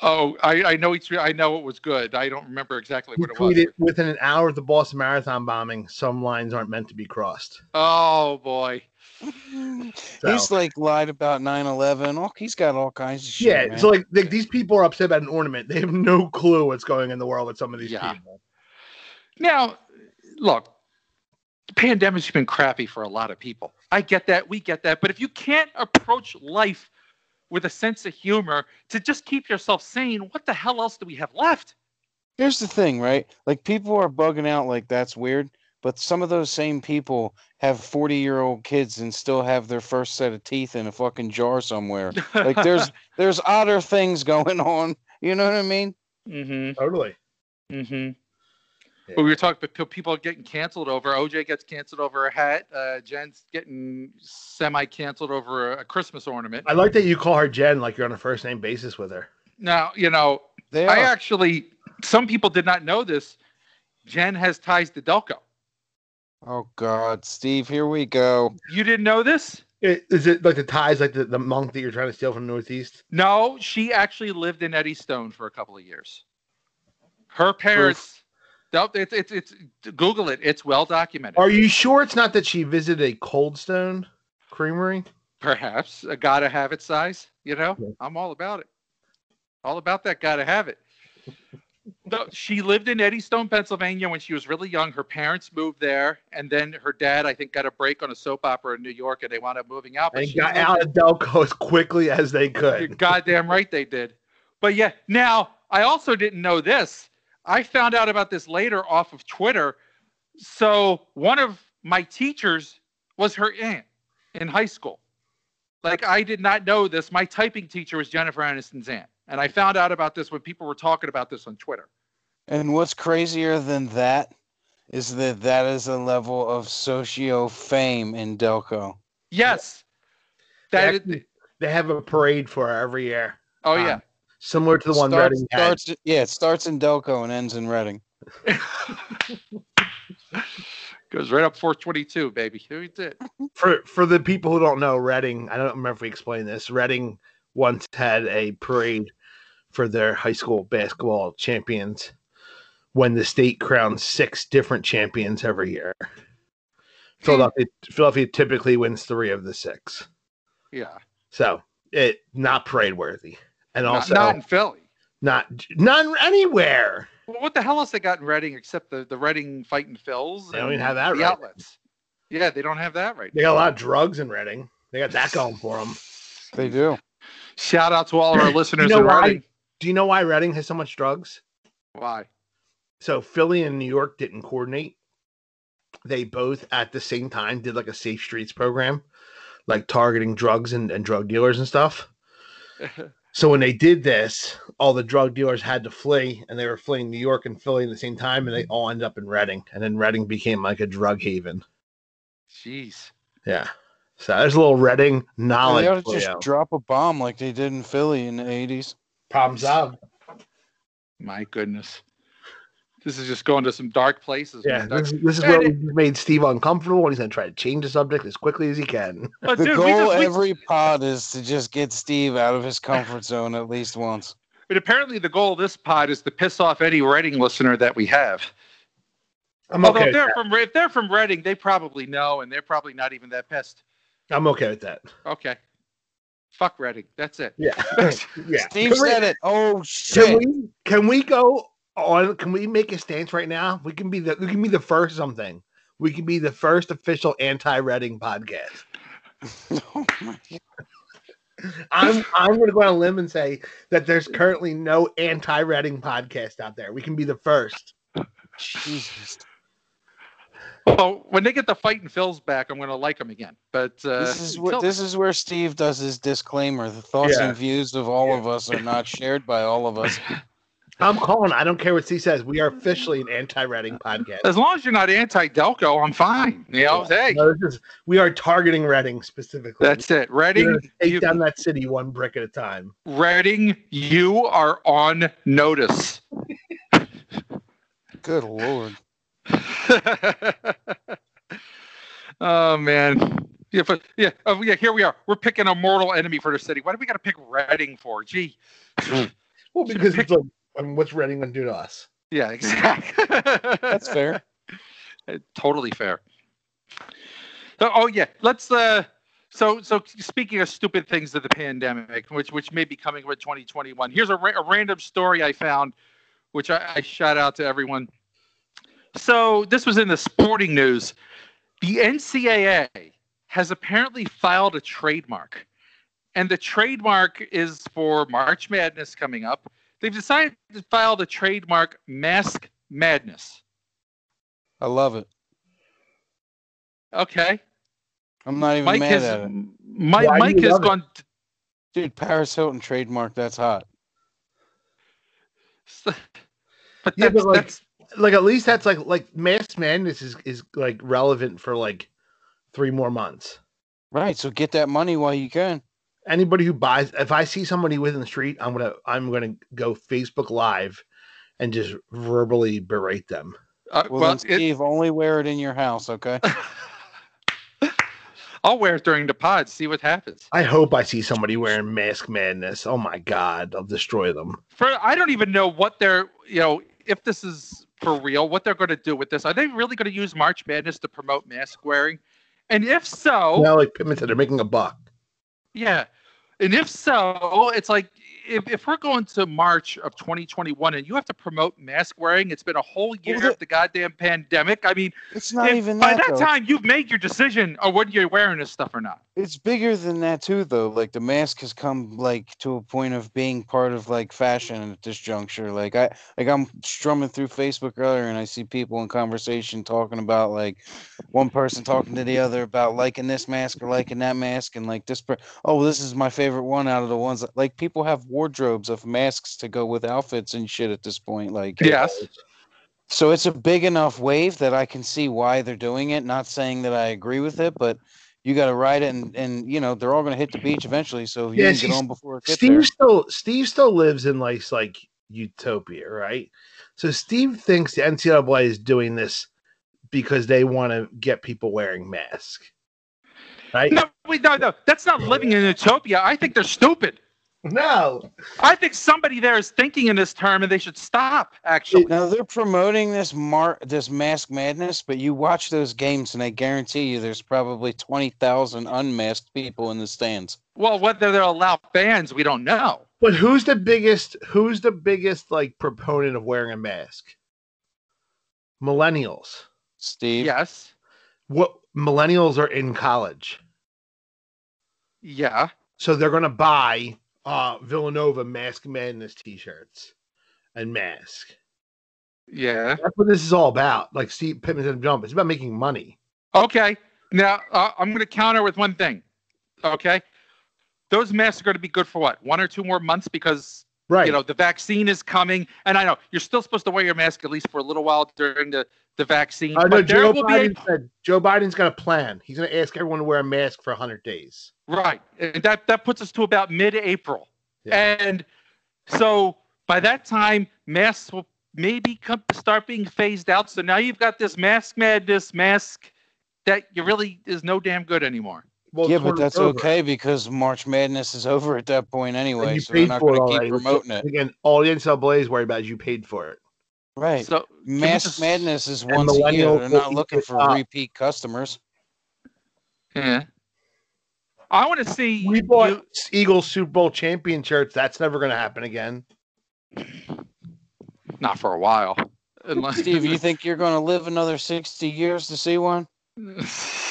S1: Oh, I, I know it's I know it was good. I don't remember exactly
S5: He
S1: what it was.
S5: tweeted within an hour of the Boston Marathon bombing, some lines aren't meant to be crossed.
S1: Oh boy. [laughs]
S3: He's like lied about 9/11. Oh, he's got all kinds of shit.
S5: Yeah,
S3: man.
S5: so like, like these people are upset about an ornament. They have no clue what's going in the world with some of these
S1: Yeah.
S5: people.
S1: Now, look, the pandemic's been crappy for a lot of people. I get that. We get that. But if you can't approach life with a sense of humor to just keep yourself sane, what the hell else do we have left?
S3: Here's the thing, right? Like people are bugging out like that's weird, but some of those same people have 40-year-old kids and still have their first set of teeth in a fucking jar somewhere. Like there's there's odder things going on. You know what I mean?
S1: [laughs] mm-hmm.
S5: Totally.
S1: Mm-hmm. But we were talking about pe- people getting canceled over. OJ gets canceled over a hat. Uh, Jen's getting semi canceled over a, a Christmas ornament.
S5: I like that you call her Jen, like you're on a first name basis with her.
S1: Now, you know,
S3: They
S1: I
S3: are.
S1: actually, some people did not know this. Jen has ties to Delco.
S3: oh god, Steve, here we go.
S1: You didn't know this?
S5: I- Is it like the ties, like the, the monk that you're trying to steal from the Northeast?
S1: No, she actually lived in Eddystone for a couple of years. Her parents. Nope, it's it's it's Google it. It's well documented.
S5: Are you sure it's not that she visited a Cold Stone creamery?
S1: Perhaps a gotta have it size. You know,
S5: Yeah.
S1: I'm all about it. All about that gotta have it. No, she lived in Eddystone, Pennsylvania when she was really young. Her parents moved there, and then her dad, I think, got a break on a soap opera in New York, and they wound up moving out. but
S5: And
S1: she
S5: got
S1: lived
S5: out of Delco as quickly as they
S1: You're
S5: could.
S1: goddamn right they did. But yeah, now I also didn't know this. I found out about this later off of Twitter. So one of my teachers was her aunt in high school. Like I did not know this. My typing teacher was Jennifer Aniston's aunt, and I found out about this when people were talking about this on Twitter.
S3: And what's crazier than that is that that is a level of socio fame in Delco.
S1: Yes, that. is-
S5: Actually- They have a parade for her every year,
S1: oh yeah.
S5: similar to the one
S3: Starts-
S5: Reading had.
S3: starts, yeah, it starts in Delco and ends in Reading.
S1: Goes right up 422, baby. Who did?
S5: For for the people who don't know, Reading, I don't remember if we explained this. Reading once had a parade for their high school basketball champions when the state crowned six different champions every year.
S1: Hmm.
S5: Philadelphia, Philadelphia typically wins three of the six.
S1: Yeah.
S5: So it not parade worthy. And
S1: Not-
S5: also
S1: not,
S5: not,
S1: in Philly.
S5: none anywhere.
S1: Well, what the hell else they got in Reading except the the Reading fighting fills?
S5: They don't
S1: and
S5: even have that
S1: The
S5: right
S1: outlets. Yeah, they don't have that right.
S5: They got a lot of drugs in Reading. They got that going for them.
S3: They do.
S1: Shout out to all
S5: [laughs]
S1: our listeners
S5: know
S1: in
S5: why?
S1: Reading.
S5: Do you know why Reading has so much drugs?
S1: Why? [laughs]
S5: So Philly and New York didn't coordinate. They both at the same time did like a safe streets program, like targeting drugs and, and drug dealers and stuff. So when they did this, all the drug dealers had to flee and they were fleeing New York and Philly at the same time and they all ended up in Reading. And then Reading became like a drug haven.
S1: Jeez.
S5: Yeah. So there's a little Reading
S3: And
S5: knowledge.
S3: they ought to
S5: for
S3: just
S5: you.
S3: drop a bomb like they did in Philly in the 80s.
S5: Problem solved.
S1: My goodness. This is just going to some dark places.
S5: Yeah,
S1: man. Dark-
S5: this, is- this is
S1: And
S5: where we
S1: it-
S5: made Steve uncomfortable, and he's going to try to change the subject as quickly as he can.
S1: But
S3: The
S1: dude, we
S3: goal
S1: just, we-
S3: every pod is to just get Steve out of his comfort zone at least once.
S1: but apparently the goal of this pod is to piss off any Reading listener that we have.
S5: I'm
S1: Although
S5: okay.
S1: if they're from if they're from Reading, they probably know, and they're probably not even that pissed.
S5: I'm okay with that.
S1: Okay. Fuck Reading. That's it.
S5: Yeah, [laughs] yeah.
S3: Steve
S5: Can we-
S3: said it. Oh
S5: Can
S3: shit!
S5: we can we go on? Can we make a stance right now? We can be the we can be the first something. We can be the first official anti-Reading podcast.
S3: [laughs] Oh, my God.
S5: [laughs] I'm I'm going to go on a limb and say that there's currently no anti-Reading podcast out there. We can be the first.
S3: Jesus,
S1: Well, when they get the fight and Phil's back, I'm going to like them again. But uh,
S3: this is
S1: until-
S3: what this is where Steve does his disclaimer. The thoughts
S5: Yeah.
S3: and views of all of us are not shared by all of us.
S5: I'm calling. I don't care what C says. We are officially an anti-ratting podcast.
S1: As long as you're not anti Delco, I'm fine. You know, hey,
S5: No, this is, we are targeting Reading specifically.
S1: that's it.
S5: We're
S1: Reading,
S5: gonna take
S1: you,
S5: down that city one brick at a time.
S1: Reading, you are on notice. [laughs]
S3: Good lord.
S1: oh man. Yeah, but, yeah, oh, yeah. Here we are. We're picking a mortal enemy for the city. Why do we got to pick Reading for? Gee,
S5: Well, because it's like, I mean, what's Reading gonna do to us?
S1: yeah, [laughs] exactly.
S3: That's fair.
S1: Uh, totally fair. So, oh yeah, let's. Uh, so so speaking of stupid things of the pandemic, which which may be coming with 2021. Here's a, ra- a random story I found, which I, I shout out to everyone. So this was in the sporting news. The NCAA has apparently filed a trademark, and the trademark is for March Madness coming up. They've decided to file the trademark Mask Madness.
S3: I love it.
S1: Okay.
S3: I'm not even
S1: Mike
S3: mad
S1: has
S3: at it.
S1: Mike,
S5: Why do
S1: Mike
S5: you
S1: has
S5: love it?
S1: gone.
S3: Dude, Paris Hilton trademark, that's hot.
S1: [laughs] But that's,
S5: Yeah, but like-
S1: that's
S5: Like at least that's like like Mass Madness is is like relevant for like three more months.
S3: Right, so get that money while you can.
S5: Anybody who buys, if I see somebody within the street, I'm gonna I'm gonna go Facebook Live and just verbally berate them.
S1: uh,
S3: Well,
S1: well,
S3: then,
S1: it-
S3: Steve, only wear it in your
S1: [laughs]
S3: house, okay?
S1: I'll wear it during the pod. See what happens.
S5: I hope I see somebody wearing Mask Madness. Oh my God, I'll destroy them.
S1: For I don't even know what they're you know if this is for real. What they're going to do with this? Are they really going to use March Madness to promote mask wearing? And if so,
S5: Now, like Pittman said, they're making a buck.
S1: Yeah. And if so, it's like if, if we're going to March of 2021 and you have to promote mask wearing, it's been a whole year
S3: the-
S1: of the goddamn pandemic. I mean,
S3: It's not
S1: if-
S3: even
S1: by
S3: that.
S1: that
S3: though.
S1: time, you've made your decision on whether you're wearing this stuff or not.
S3: It's bigger than that too, though. Like the mask has come like to a point of being part of like fashion at this juncture. Like I, like I'm strumming through Facebook earlier, and I see people in conversation talking about like one person talking to the other about liking this mask or liking that mask, and like this. Per- oh, this is my favorite one out of the ones. that-" Like people have wardrobes of masks to go with outfits and shit at this point. Like
S1: Yes.
S3: so it's a big enough wave that I can see why they're doing it. Not saying that I agree with it, but you got to ride it, and, and you know they're all going to hit the beach eventually. So if you
S5: Yeah,
S3: can
S5: see,
S3: get on before it gets
S5: Steve
S3: there.
S5: still Steve still lives in like like utopia, right? So Steve thinks the NCAA is doing this because they want to get people wearing masks, right?
S1: No, wait, no, no. That's not living in utopia. I think they're stupid.
S5: No,
S1: I think somebody there is thinking in this term and they should stop, actually.
S3: Now they're promoting this mar this mask madness, but you watch those games, and I guarantee you, there's probably twenty thousand unmasked people in the stands.
S1: Well, whether they'll allow fans, we don't know.
S5: but who's the biggest? Who's the biggest like proponent of wearing a mask? Millennials.
S3: Steve,
S1: Yes.
S5: What millennials are in college,
S1: Yeah.
S5: so they're gonna buy uh Villanova Mask Madness T-shirts and mask.
S1: Yeah.
S5: That's what this is all about. Like Steve Pittman said, jump. It's about making money.
S1: Okay. Now uh, I'm going to counter with one thing. Okay. Those masks are going to be good for what? One or two more months because
S5: Right.
S1: you know the vaccine is coming, and I know you're still supposed to wear your mask at least for a little while during the the vaccine.
S5: I know
S1: but there
S5: Joe
S1: will be a-
S5: Biden said Joe Biden's got a plan. He's going to ask everyone to wear a mask for 100 days.
S1: Right. And that, that puts us to about mid April.
S5: Yeah.
S1: And so by that time, masks will maybe come, start being phased out. So now you've got this mask madness mask that you really is no damn good anymore.
S5: Well,
S3: yeah,
S5: it's
S3: but
S5: when it's
S3: that's
S5: over.
S3: okay because March Madness is over at that point
S5: And
S3: anyway.
S5: you
S3: So they're
S5: paid
S3: not
S5: for it
S3: going to keep
S5: already.
S3: promoting it,
S5: Again, all the NCAA is worried about is you paid for it.
S3: right?
S1: So can we
S3: Mask
S1: just-
S3: Madness is
S5: And
S3: once a year.
S5: millennials will
S3: They're not
S5: eat
S3: looking
S5: it
S3: for
S5: up.
S3: repeat customers.
S1: Yeah. I want to see.
S5: We bought
S1: you-
S5: Eagles Super Bowl champion shirts. That's never going to happen again.
S1: not for a while. Unless [laughs]
S5: [laughs]
S3: Steve, you think you're going to live another 60 years to see one?
S1: [laughs]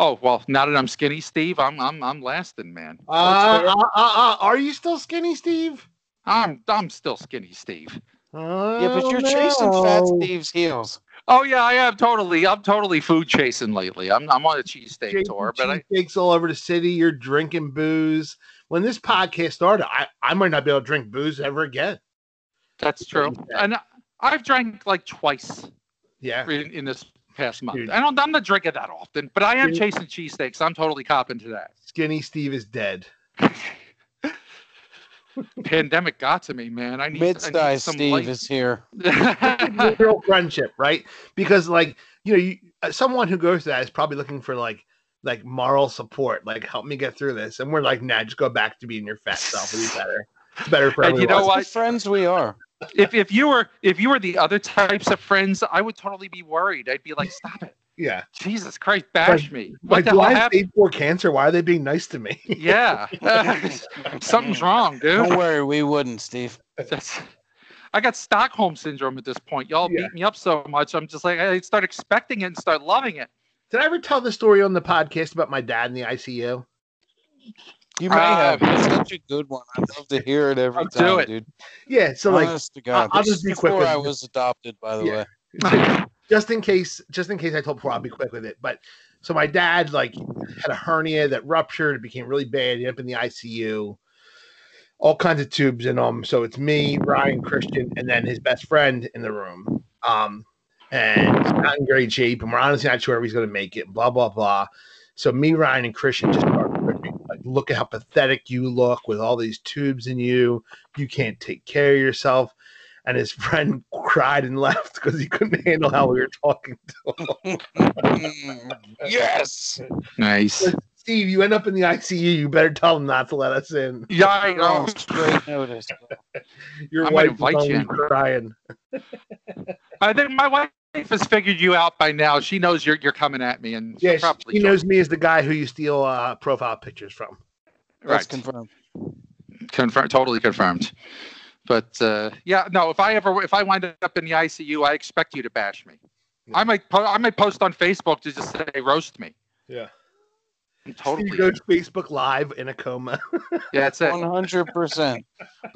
S1: oh well, now that I'm skinny, Steve, I'm I'm I'm lasting, man.
S5: Uh, uh, uh, uh, are you still skinny, Steve?
S1: I'm I'm still skinny, Steve.
S3: Yeah, but you're chasing Fat
S5: Oh, no.
S3: Steve's heels.
S1: Oh yeah, I am totally. I'm totally food chasing lately. I'm I'm on a cheesesteak
S5: Jason
S1: tour, but I,
S5: cheesesteaks all over the city. You're drinking booze. When this podcast started, I, I might not be able to drink booze ever again.
S1: That's true. And I've drank like twice
S5: Yeah.
S1: in, in this past month.
S5: Dude.
S1: I don't. I'm not drinking that often, but I am
S5: Dude.
S1: chasing cheesesteaks. I'm totally copping to that.
S5: Skinny Steve
S1: [laughs]
S5: is dead.
S1: Pandemic got to me, man. I need, I need
S3: Mid-sized
S1: some
S3: Steve
S1: light. [laughs]
S3: is here.
S5: real friendship, right? Because like you know, you, uh, someone who goes to that is probably looking for like like moral support, like help me get through this. And we're like, nah, just go back to being your fat self.
S1: [laughs]
S5: It'll be better. It's better for
S1: And
S5: everyone.
S1: you know
S3: That's
S1: what?
S3: the friends we are.
S1: if if you were if you were the other types of friends, I would totally be worried. I'd be like, stop it,
S5: Yeah.
S1: Jesus Christ, bash me. What
S5: Like,
S1: the
S5: do
S1: hell
S5: I have
S1: [laughs] happened?
S5: stage four cancer? Why are they being nice to me? [laughs]
S1: Yeah, [laughs] something's wrong, dude.
S3: Don't worry, we wouldn't, Steve.
S1: That's, I got Stockholm syndrome at this point. Y'all
S5: Yeah.
S1: beat me up so much. I'm just like, I start expecting it and start loving
S5: [laughs]
S1: it.
S5: Did I ever tell the story on the podcast about my dad in the ICU?
S3: You may
S1: Ah.
S3: have. It's such a good one. I love to hear it every
S1: Let's do
S3: time,
S1: it.
S3: dude.
S5: Yeah. So like,
S3: Honest to God.
S5: I'll
S3: This
S5: just
S3: is
S5: be quick
S3: Before
S5: with
S3: I
S5: you.
S3: was adopted, by the
S5: Yeah.
S3: way.
S5: just in case, just in case I told before, I'll be quick with it. But so my dad like had a hernia that ruptured, it became really bad, ended up in the ICU, all kinds of tubes in him. So it's me, Ryan, Christian, and then his best friend in the room. Um, and it's not in great shape, and we're honestly not sure if he's gonna make it, blah blah blah. So me, Ryan, and Christian just start ripping, like, look at how pathetic you look with all these tubes in you. You can't take care of yourself and his friend cried and left because he couldn't handle how we were talking.
S1: [laughs]
S3: Mm, yes.
S1: Nice.
S5: Steve, you end up in the ICU. You better tell him not to let us in.
S1: Yeah, I know.
S3: Oh, straight notice.
S5: Your
S1: I might
S5: wife is
S1: invite you
S5: only
S1: in.
S5: crying.
S1: I think my wife has figured you out by now. She knows you're you're coming at me, and
S5: Yeah,
S1: she's probably
S5: he
S1: joking.
S5: knows me as the guy who you steal uh, profile pictures from.
S3: That's
S1: Right. [laughs]
S3: confirmed.
S1: confirmed totally confirmed but uh, yeah no if i ever if i wind up in the icu i expect you to bash me i might po- i might post on facebook to just say roast me
S5: Yeah.
S1: I'm
S5: Steve
S1: totally
S5: goes Facebook Live in a coma. [laughs]
S1: yeah that's it
S3: One hundred percent.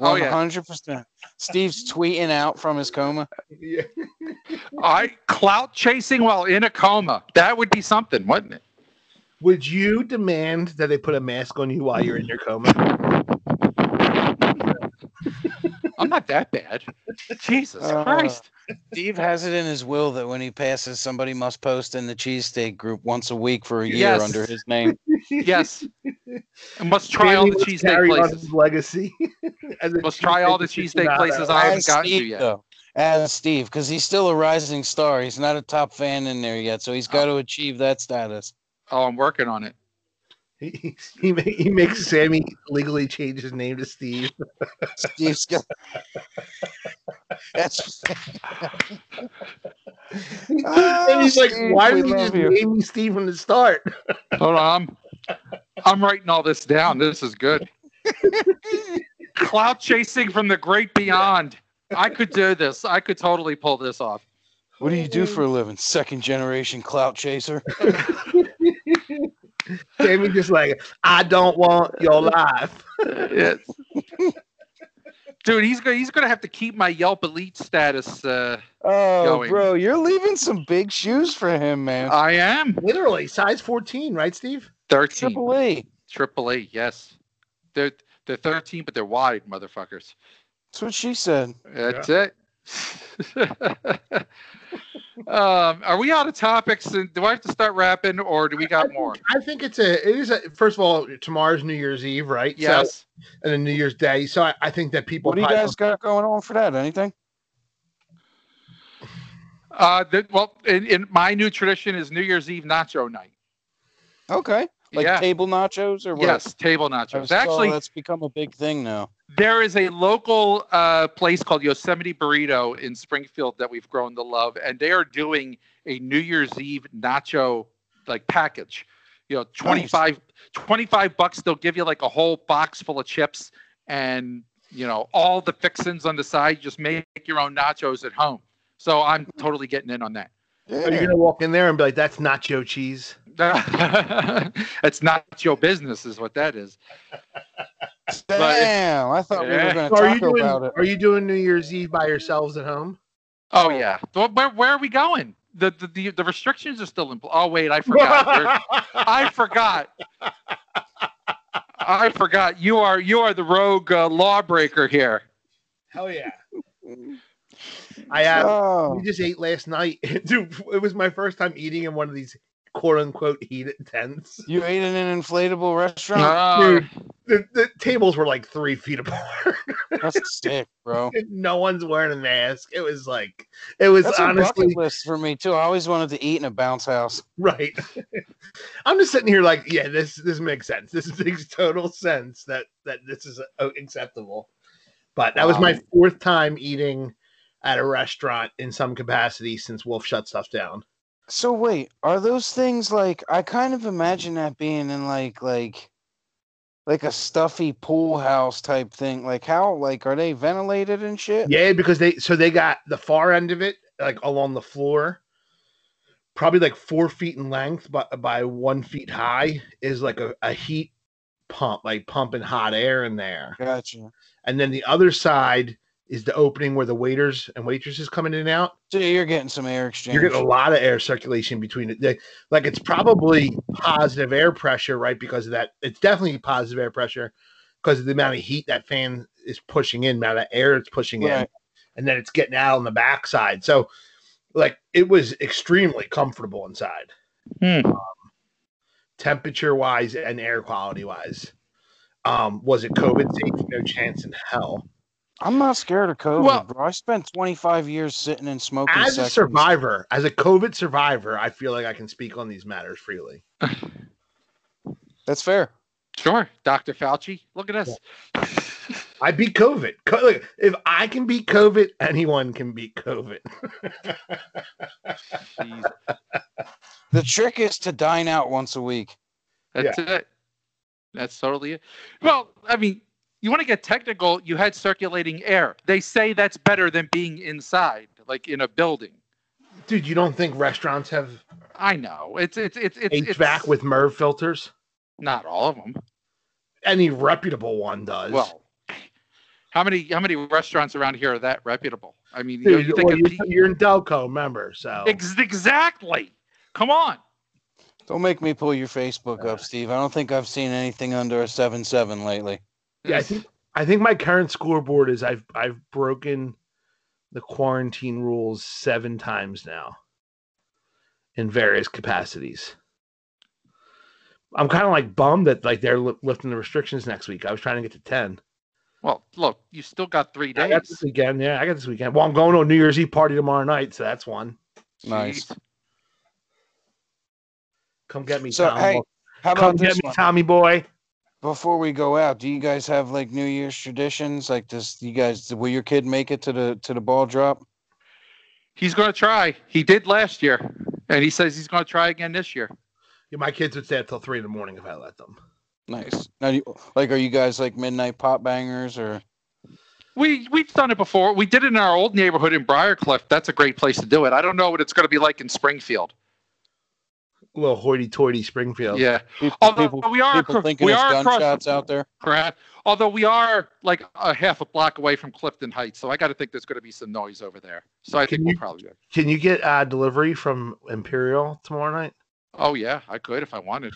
S1: Oh,
S3: One
S1: yeah.
S3: hundred percent. Steve's tweeting out from his coma.
S5: yeah.
S1: i clout chasing while in a coma that would be something wouldn't it
S5: Would you demand that they put a mask on you while you're in your coma?
S1: i'm not that bad jesus
S3: Uh.
S1: christ
S3: Steve has it in his will that when he passes, somebody must post in the cheesesteak group once a week for a year
S1: Yes.
S3: under his name.
S1: [laughs]
S5: [laughs]
S1: yes I must try all
S5: Family
S1: the
S5: must
S1: cheesesteak
S5: carry on
S1: places
S5: his legacy. [laughs] as a
S1: must try all the cheesesteak
S5: aficionado.
S1: places i haven't gotten to yet
S3: though. As Steve, because he's still a rising star. He's not a top fan in there yet, so
S1: Ah.
S3: he's got to achieve that status.
S1: oh i'm working on it
S5: [laughs] He, he, ma- he makes Sammy legally change his name to Steve.
S3: Steve's got. [laughs] That's
S5: and he's like,
S3: Steve,
S5: why
S3: we
S5: did Ah, you just
S3: love you."
S5: name me Steve from the start? [laughs]
S1: Hold on. I'm, I'm writing all this down. This is good. Cloud chasing from the great beyond. I could do this. I could totally pull this off.
S3: what do you do for a living? Second generation clout chaser.
S5: Sammy just like, I don't want your life.
S1: Yes. [laughs] Dude, he's gonna he's gonna have to keep my Yelp Elite status. Uh,
S3: [laughs] Oh,
S1: Going. Uh,
S3: bro, you're leaving some big shoes for him, man.
S1: I am
S5: Literally, size 14, right, Steve?
S1: thirteen.
S3: Triple E.
S1: Triple E. Yes. They're they're thirteen, but they're wide, motherfuckers.
S3: That's what she said.
S1: That's it. [laughs] um, are we out of topics? And do I have to start rapping, or do we got more?
S5: I think it's a, it is a, first of all, tomorrow's New Year's Eve, right? So-
S1: Yes.
S5: and then New Year's Day. So I, I think that people
S3: What do you
S5: probably-
S3: guys got going on for that? Anything?
S1: Uh, the, well, in, in my new tradition is New Year's Eve nacho night.
S3: Okay. Like
S1: yeah.
S3: table nachos or what?
S1: yes, table
S3: I
S1: nachos.
S3: saw
S1: Actually,
S3: that's become a big thing now.
S1: there is a local uh, place called Yosemite Burrito in Springfield that we've grown to love, and they are doing a New Year's Eve nacho like package. You know, 25, 25 bucks. They'll give you like a whole box full of chips and you know all the fixins on the side. Just make your own nachos at home. So I'm totally getting in on that.
S5: Are you going to walk in there and be like, that's nacho cheese?
S1: [laughs] That's not your business, is what that is.
S3: Damn, I thought we
S1: Yeah.
S3: were going to
S5: Are you,
S3: talk
S5: doing,
S3: about it.
S5: are you doing New Year's Eve by yourselves at home?
S1: Oh yeah. Th- Where where are we going? The the the, the restrictions are still in place. Oh wait, [laughs] I forgot. We're-
S5: [laughs]
S1: I forgot. I forgot. You are you are the rogue uh, lawbreaker here.
S5: Hell yeah. I uh,
S3: Oh,
S5: we just ate last night. [laughs] Dude, it was my first time eating in one of these quote unquote heated tents.
S3: you ate in an inflatable restaurant?
S1: Oh,
S5: The, the tables were like three feet [laughs] apart.
S3: That's sick,
S5: [laughs]
S3: bro.
S5: no one's wearing a mask. It was like it was
S3: That's a
S5: honestly
S3: bucket list for me too. I always wanted to eat in a bounce house.
S5: right. [laughs] I'm just sitting here like, yeah, this this makes sense. This [laughs] makes total sense that that this is uh, acceptable. But that was my
S3: Wow.
S5: fourth time eating at a restaurant in some capacity since Wolf shut stuff down.
S3: So wait, are those things like I kind of imagine that being in like like like a stuffy pool house type thing? Like how like are they ventilated and shit?
S5: Yeah, because they so they got the far end of it like along the floor, probably like four feet in length, but by one feet high is like a, a heat pump, like pumping hot air in there.
S3: Gotcha.
S5: And then the other side is the opening where the waiters and waitresses coming in and out.
S3: So you're getting some air exchange.
S5: You're getting a lot of air circulation between it. They- Like it's probably positive air pressure, right? Because of that, it's definitely positive air pressure because of the amount of heat that fan is pushing in, amount of air it's pushing in,
S3: Right.
S5: and then it's getting out on the backside. So, like it was extremely comfortable inside,
S1: Hmm.
S5: temperature wise and air quality wise. Um, was it COVID safe? No chance in hell.
S3: I'm not scared of COVID,
S5: Well-
S3: bro. I spent 25 years sitting and smoking.
S5: as a
S3: sections.
S5: survivor, as a COVID survivor, I feel like I can speak on these matters freely.
S3: That's fair.
S1: sure, Dr. Fauci. Look at us.
S5: I beat COVID. Co- look, if I can beat COVID, anyone can beat COVID.
S1: Jeez.
S3: The trick is to dine out once a week.
S1: That's it. That's totally it. Well, I mean, you want to get technical, you had circulating air. They say that's better than being inside, like in a building.
S5: Dude, you don't think restaurants have
S1: I know. It's it's it's it's it's-
S5: HVAC with MERV filters?
S1: not all of them.
S5: Any reputable one does.
S1: Well, how many how many restaurants around here are that reputable? I mean, you, know,
S5: Dude,
S1: you think
S5: well,
S1: of
S5: you're,
S1: P-
S5: you're in Delco, remember? So
S1: Ex- exactly. Come on.
S3: Don't make me pull your Facebook up, Steve. I don't think I've seen anything under a 7 7 lately.
S5: yeah, I think I think my current scoreboard is I've I've broken the quarantine rules seven times now in various capacities. I'm kind of like bummed that like they're li- lifting the restrictions next week. I was trying to get to ten.
S1: Well, look, you still got three
S5: I got this
S1: days.
S5: weekend. Yeah, I got this weekend. Well, I'm going to a New Year's Eve party tomorrow night, so that's one.
S3: Nice.
S1: Jeez.
S5: Come get me,
S3: So,
S5: Tommy.
S3: hey, How
S5: Come
S3: about
S5: get
S3: this
S5: me,
S3: one?
S5: Tommy boy.
S3: Before we go out, do you guys have like New Year's traditions? Like, does you guys will your kid make it to the to the ball drop?
S1: He's going to try. He did last year, and he says he's going to try again this year.
S5: Yeah, my kids would stay up till three in the morning if I let them.
S3: Nice. Now, you, like, are you guys like midnight pop bangers or?
S1: We we've done it before. We did it in our old neighborhood in Briarcliff. That's a great place to do it. I don't know what it's going to be like in Springfield.
S5: little hoity-toity Springfield.
S1: Yeah.
S3: People,
S1: Although
S3: people,
S1: we are
S3: people
S1: acro-
S3: thinking
S1: we
S3: it's
S1: are across
S3: gunshots out there.
S1: Correct. Although we are like a half a block away from Clifton Heights, so I got to think there's going to be some noise over there. So I
S5: Can
S1: think we'll
S5: you-
S1: probably. Good.
S5: Can you get uh, delivery from Imperial tomorrow night? [laughs]
S1: Oh yeah, I could if I wanted.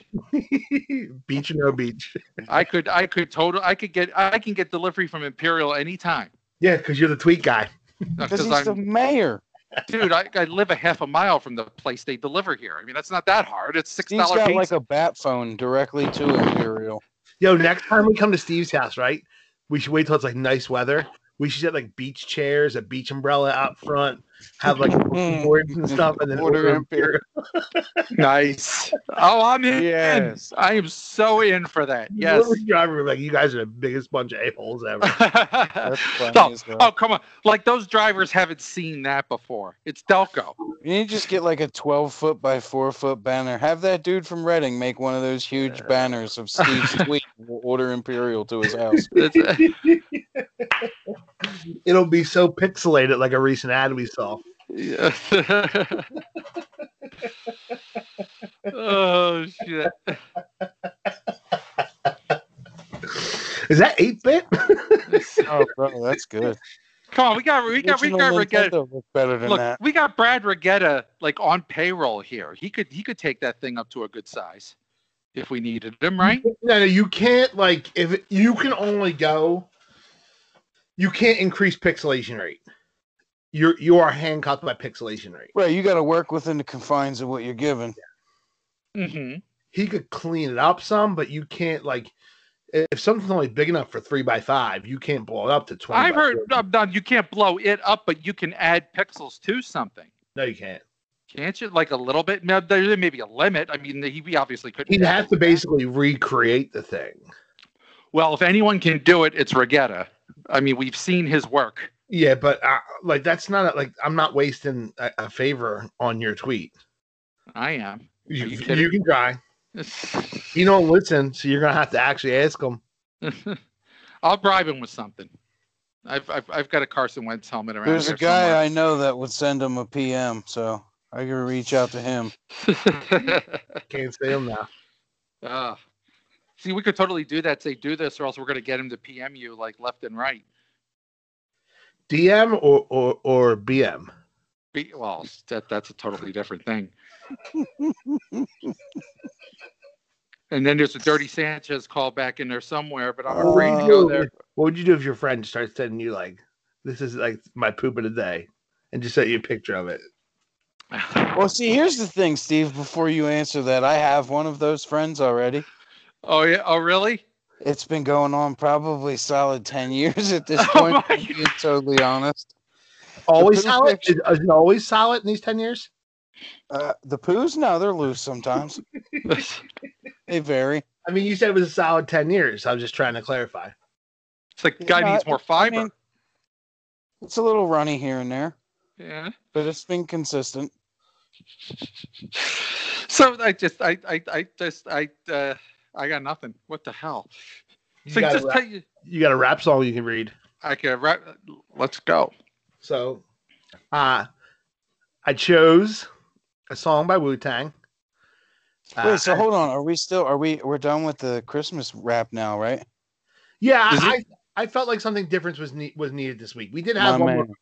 S5: beach or no beach?
S1: I could. I could total. I could get. I can get delivery from Imperial anytime.
S5: Yeah, because you're the tweet guy.
S3: Because
S1: Because
S3: he's
S1: I'm
S3: the mayor.
S1: dude. I, I live a half a mile from the place they deliver here. I mean, that's not that hard. It's six
S3: Steve's
S1: dollars.
S3: got like a bat phone directly to Imperial.
S5: Yo, next time we come to Steve's house, right? We should wait till it's like nice weather. We should set like beach chairs, a beach umbrella out front, have
S3: [laughs]
S5: like
S1: Hmm.
S5: boards and stuff, and then
S3: Order
S5: order
S3: Imperial.
S5: Imperial.
S1: nice. Oh, I'm in.
S3: Yes.
S1: I am so in for that. Yes. [laughs]
S5: Delivery driver would be like you guys are the biggest bunch of a holes ever.
S3: That's funny
S1: No,
S3: as well.
S1: Oh come on! Like those drivers haven't seen that before. It's Delco.
S3: You need to just get like a 12 foot by 4 foot banner. Have that dude from Reading make one of those huge banners of
S1: [laughs]
S3: Steve's tweet. will order Imperial to his house.
S1: It's-
S5: [laughs] It'll be so pixelated, like a recent ad we saw.
S1: yeah. oh shit!
S5: Is that eight bit?
S3: Oh, bro, that's good.
S1: Come on, we got we got we
S3: Original
S1: got Regatta.
S3: Nintendo look better than
S1: Look,
S3: that.
S1: we got Brad Regatta like on payroll here. He could he could take that thing up to a good size if we needed him, right?
S5: [laughs] No, no, you can't. Like, if it- you can only go, you can't increase pixelation rate. you're you are handcuffed by pixelation rate.
S3: Right, you got to work within the confines of what you're given.
S1: Mm-hmm.
S5: He could clean it up some, but you can't like if something's only big enough for three by five, you can't blow it up to twenty.
S1: I've
S5: by
S1: heard
S5: 40.
S1: uh, no, you can't blow it up, but you can add pixels to something.
S5: no, you can't.
S1: Can't you? Like a little bit? Now, There may be a limit. I mean, he he obviously couldn't.
S5: He'd
S1: do
S5: have to
S1: that.
S5: basically recreate the thing.
S1: Well, if anyone can do it, it's Regatta. I mean, we've seen his work.
S5: Yeah, but uh, like that's not a, like I'm not wasting a, a favor on your tweet.
S1: I am. [laughs] you
S5: You, you,
S1: kidding?
S5: can try. You don't listen, so you're gonna have to actually ask him.
S1: I'll bribe him with something. I've I've, I've got a Carson Wentz helmet around.
S3: There's a
S1: here
S3: guy
S1: somewhere.
S3: I know that would send him a PM, so I could reach out to him.
S1: [laughs]
S5: Can't say him now.
S1: Ah. see, we could totally do that. Say, do this, or else we're going to get him to PM you like left and right.
S5: DM or or or BM.
S1: Be, well, that that's a totally different
S3: [laughs]
S1: thing. and then there's a Dirty Sanchez call back in there somewhere, but I'm afraid to
S3: Oh.
S1: go there. [laughs]
S5: What would you do if your friend starts sending you like, "This is like my poop of the day," and just sent you a picture of it?
S3: Well, see, here's the thing, Steve. Before you answer that, I have one of those friends already.
S1: oh yeah. Oh really? [laughs]
S3: It's been going on probably solid ten years at this
S1: Oh
S3: point.
S1: my
S3: if I'm being totally honest.
S5: Always
S3: poop
S5: solid? Is, is it always solid in these ten years?
S3: Uh, the poos, no, they're loose sometimes.
S1: it's
S3: They vary.
S5: I mean, you said it was a solid ten years. I was just trying to clarify.
S1: like
S3: Yeah,
S1: guy
S3: no,
S1: needs more fiber.
S3: mean- It's a little runny here and there,
S1: yeah.
S3: but it's been consistent.
S1: [sighs] So I just I I, I just I uh, I got nothing. What the hell?
S5: You
S1: So
S5: got a
S1: just
S5: rap-
S1: tell you.
S5: you got a rap song you can read.
S1: I can wrap. Let's go.
S5: So, uh, I chose a song by Wu Tang. Uh, Ah.
S3: Wait, so hold on. Are we still? Are we? We're done with the Christmas wrap now, right?
S5: yeah,
S1: Is
S5: I, I felt like something different was ne- was needed this week. We did have
S3: My
S5: one more,
S3: man.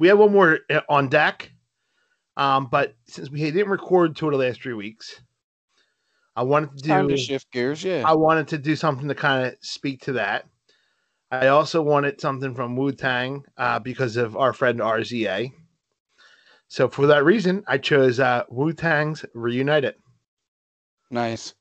S5: we had one more uh, on deck, um, but since we didn't record two of the last three weeks, I wanted to do
S3: Time to shift gears. Yeah.
S5: I wanted to do something to kind of speak to that. I also wanted something from Wu Tang uh, because of our friend RZA. So for that reason, I chose uh, Wu Tang's "Reunited."
S3: Nice.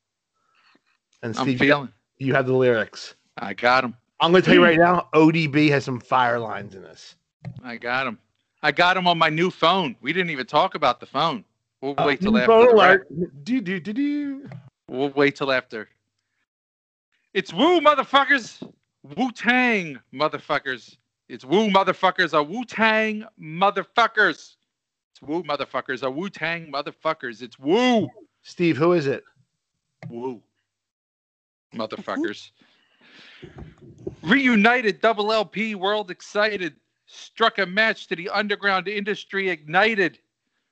S5: And
S1: I'm
S5: Steve,
S1: feeling.
S5: you have the lyrics.
S1: I got him.
S5: I'm going to tell you right now, ODB has some fire lines in this.
S1: I got him. I got him on my new phone. We didn't even talk about the phone. We'll wait till
S5: Oh, Phone
S1: after. the wrap.
S5: alert. Do, do, do, do.
S1: We'll wait till after. It's woo, motherfuckers. Wu Tang, motherfuckers. It's woo, motherfuckers. A Wu Tang, motherfuckers. It's woo, motherfuckers. A Wu Tang, motherfuckers. It's woo,
S5: Steve, who is it?
S1: woo, motherfuckers. Reunited, double LP, world excited. Struck a match to the underground industry, ignited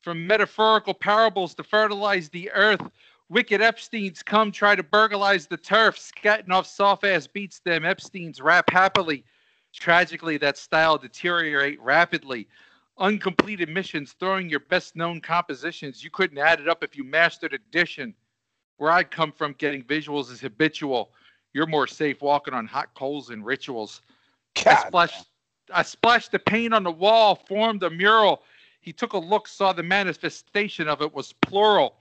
S1: from metaphorical parables to fertilize the earth. Wicked Epstein's come try to burglarize the turf. Scatting off soft ass beats them. Epstein's rap happily. Tragically, that style deteriorate rapidly. Uncompleted missions, throwing your best known compositions. You couldn't add it up if you mastered addition. Where I come from, getting visuals is habitual. You're more safe walking on hot coals and rituals. I
S3: God.
S1: splashed, I splashed the paint on the wall, formed a mural. He took a look, saw the manifestation of it was plural.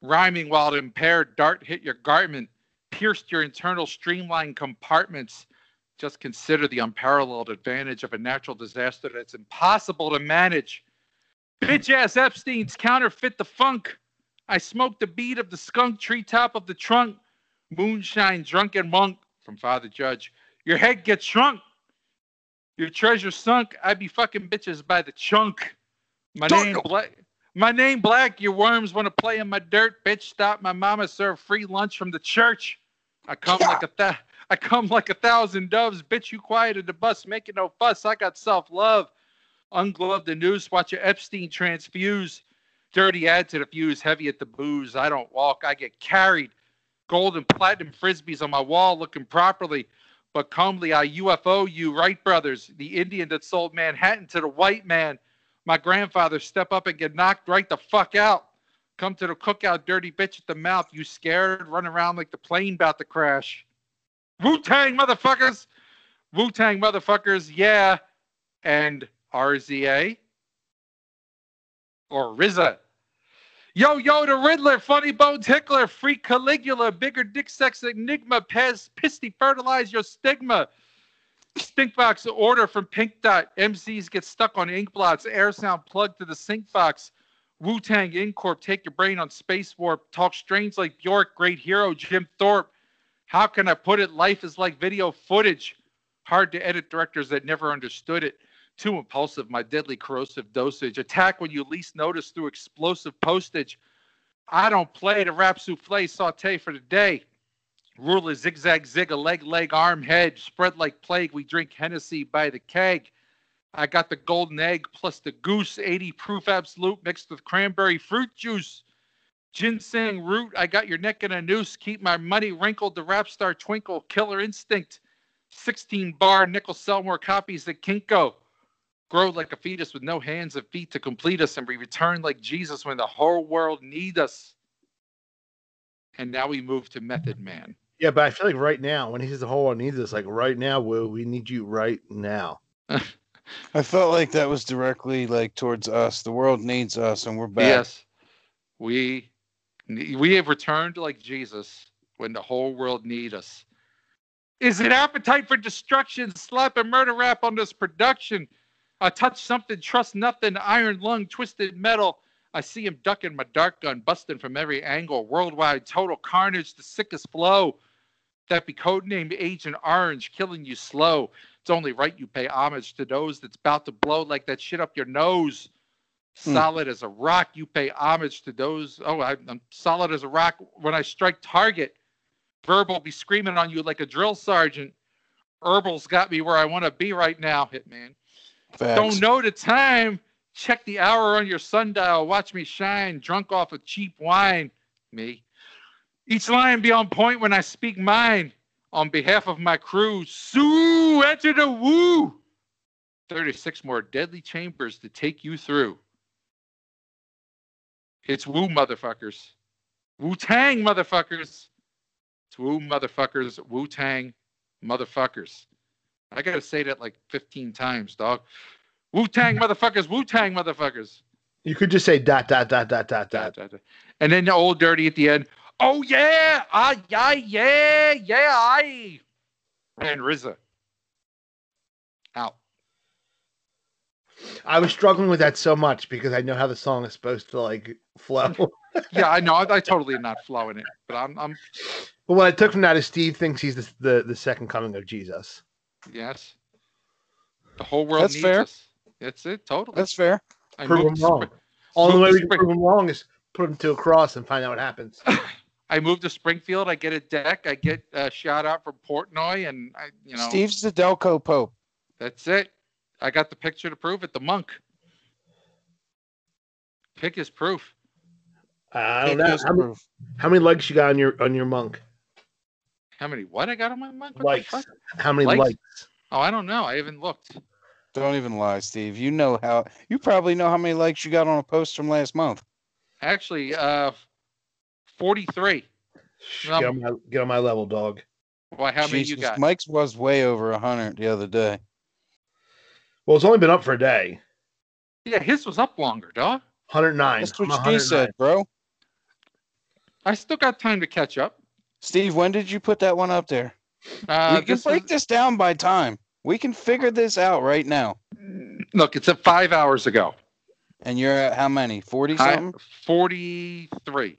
S1: Rhyming while the impaired dart hit your garment, pierced your internal streamlined compartments. Just consider the unparalleled advantage of a natural disaster that's impossible to manage. Bitch ass Epstein's counterfeit the funk. I smoked the bead of the skunk treetop of the trunk. Moonshine drunken monk from Father Judge. Your head gets shrunk. Your treasure sunk. I be fucking bitches by the chunk. My
S3: Don't
S1: name
S3: know.
S1: black. My name black. Your worms want to play in my dirt. Bitch, stop. My mama served free lunch from the church. I come like a th- I come like a thousand doves. Bitch, you quieted the bus, making no fuss. I got self love. Unglove the noose. Watch your Epstein transfuse. Dirty ad to the fuse. Heavy at the booze. I don't walk. I get carried. Gold and platinum frisbees on my wall, looking properly but calmly I UFO you, Wright brothers, the Indian that sold Manhattan to the white man. My grandfather step up and get knocked right the fuck out. Come to the cookout, dirty bitch at the mouth. You scared, run around like the plane about to crash. Wu Tang motherfuckers, Wu Tang motherfuckers, yeah, and RZA or RZA. Yo, yo, the Riddler, Funny Bones Hickler, Freak Caligula, Bigger Dick Sex Enigma, Pez, Pisty Fertilize Your Stigma, Stinkbox Order from Pink Dot, MCs Get Stuck on Ink Blots, Air Sound Plug to the Sync Box, Wu Tang Incorp, Take Your Brain on Space Warp, Talk Strange Like Bjork, Great Hero, Jim Thorpe. How can I put it? Life is like video footage. Hard to edit directors that never understood it too impulsive, my deadly corrosive dosage. Attack when you least notice through explosive postage. I don't play the rap souffle saute for the day. Ruler zigzag zig a leg leg arm head spread like plague. We drink Hennessy by the keg. I got the golden egg plus the goose 80 proof absolute mixed with cranberry fruit juice. Ginseng root. I got your neck in a noose. Keep my money wrinkled. The rap star twinkle. Killer instinct. 16 bar nickel sell more copies at Kinko grow like a fetus with no hands and feet to complete us, and we return like Jesus when the whole world need us. And now we move to Method Man.
S5: Yeah, but I feel like right now, when he says the whole world needs us, like right now, Will, we need you right now.
S3: I felt like that was directly like towards us. The world needs us, and we're back.
S1: Yes, we we have returned like Jesus when the whole world need us. Is it appetite for destruction? Slap and murder rap on this production. I touch something, trust nothing, iron lung, twisted metal. I see him ducking my dark gun, busting from every angle. Worldwide total carnage, the sickest blow. That be codenamed Agent Orange, killing you slow. It's only right you pay homage to those that's about to blow like that shit up your nose. Solid as a rock, you pay homage to those. Oh, I, I'm solid as a rock when I strike target. Verbal be screaming on you like a drill sergeant. Herbal's got me where I want to be right now, Hitman.
S3: Facts.
S1: Don't know the time. Check the hour on your sundial. Watch me shine, drunk off of cheap wine. Me. Each line be on point when I speak mine. On behalf of my crew, Sue, enter the woo. 36 more deadly chambers to take you through. It's woo, motherfuckers. Wu Tang, motherfuckers. It's woo, motherfuckers. Wu Tang, motherfuckers. I gotta say that like 15 times, dog. Wu Tang motherfuckers, Wu Tang motherfuckers.
S5: You could just say dot, dot, dot, dot, dot, dot.
S1: And then the old dirty at the end. Oh yeah, ah yeah, yeah, yeah, I. And RZA. Out.
S5: I was struggling with that so much because I know how the song is supposed to like flow. [laughs] but
S1: Yeah, I know. I, I totally am not flowing it, but I'm, I'm.
S5: what I took from that is Steve thinks he's the, the, the second coming of Jesus.
S1: Yes. The whole world
S3: That's
S1: needs
S3: fair.
S1: us. That's it. Totally.
S3: That's fair.
S1: I
S5: prove
S1: moved
S5: him
S1: the
S5: wrong.
S1: spring-
S5: Only
S1: moved
S5: way
S1: the
S5: we can
S1: spring-
S5: prove him wrong is put him to a cross and find out what happens.
S1: I moved to Springfield. I get a deck. I get a shout out from Portnoy, and I, you know,
S3: Steve's the Delco Pope.
S1: That's it. I got the picture to prove it. The monk. Pick is proof.
S5: I don't
S3: Take
S5: know
S3: his
S5: how many,
S3: proof.
S5: how many likes you got on your on your monk.
S1: How many? What I got on my monk? What the
S5: Likes.
S1: fuck?
S5: How many
S1: Likes?
S5: likes?
S1: Oh, I don't know. I haven't looked.
S3: Don't even lie, Steve. You know how. You probably know how many likes you got on a post from last month.
S1: Actually, uh, forty-three.
S5: Shh,
S1: Um,
S5: Get, on my, get on my level, dog.
S1: Why? How many you
S3: Jesus,
S1: got?
S3: Mike's was way over a hundred the other day.
S5: Well, it's only been up for a day.
S1: Yeah, his was up longer, dog.
S5: 109.
S3: That's
S5: I'm
S3: what she said, bro.
S1: I still got time to catch up.
S3: Steve, when did you put that one up there?
S1: Uh,
S3: we can
S1: this
S3: break
S1: was-
S3: this down by time. We can figure this out right now.
S1: look, it's at five hours ago.
S3: And you're at how many? Forty
S1: I-
S3: something.
S1: Forty-three.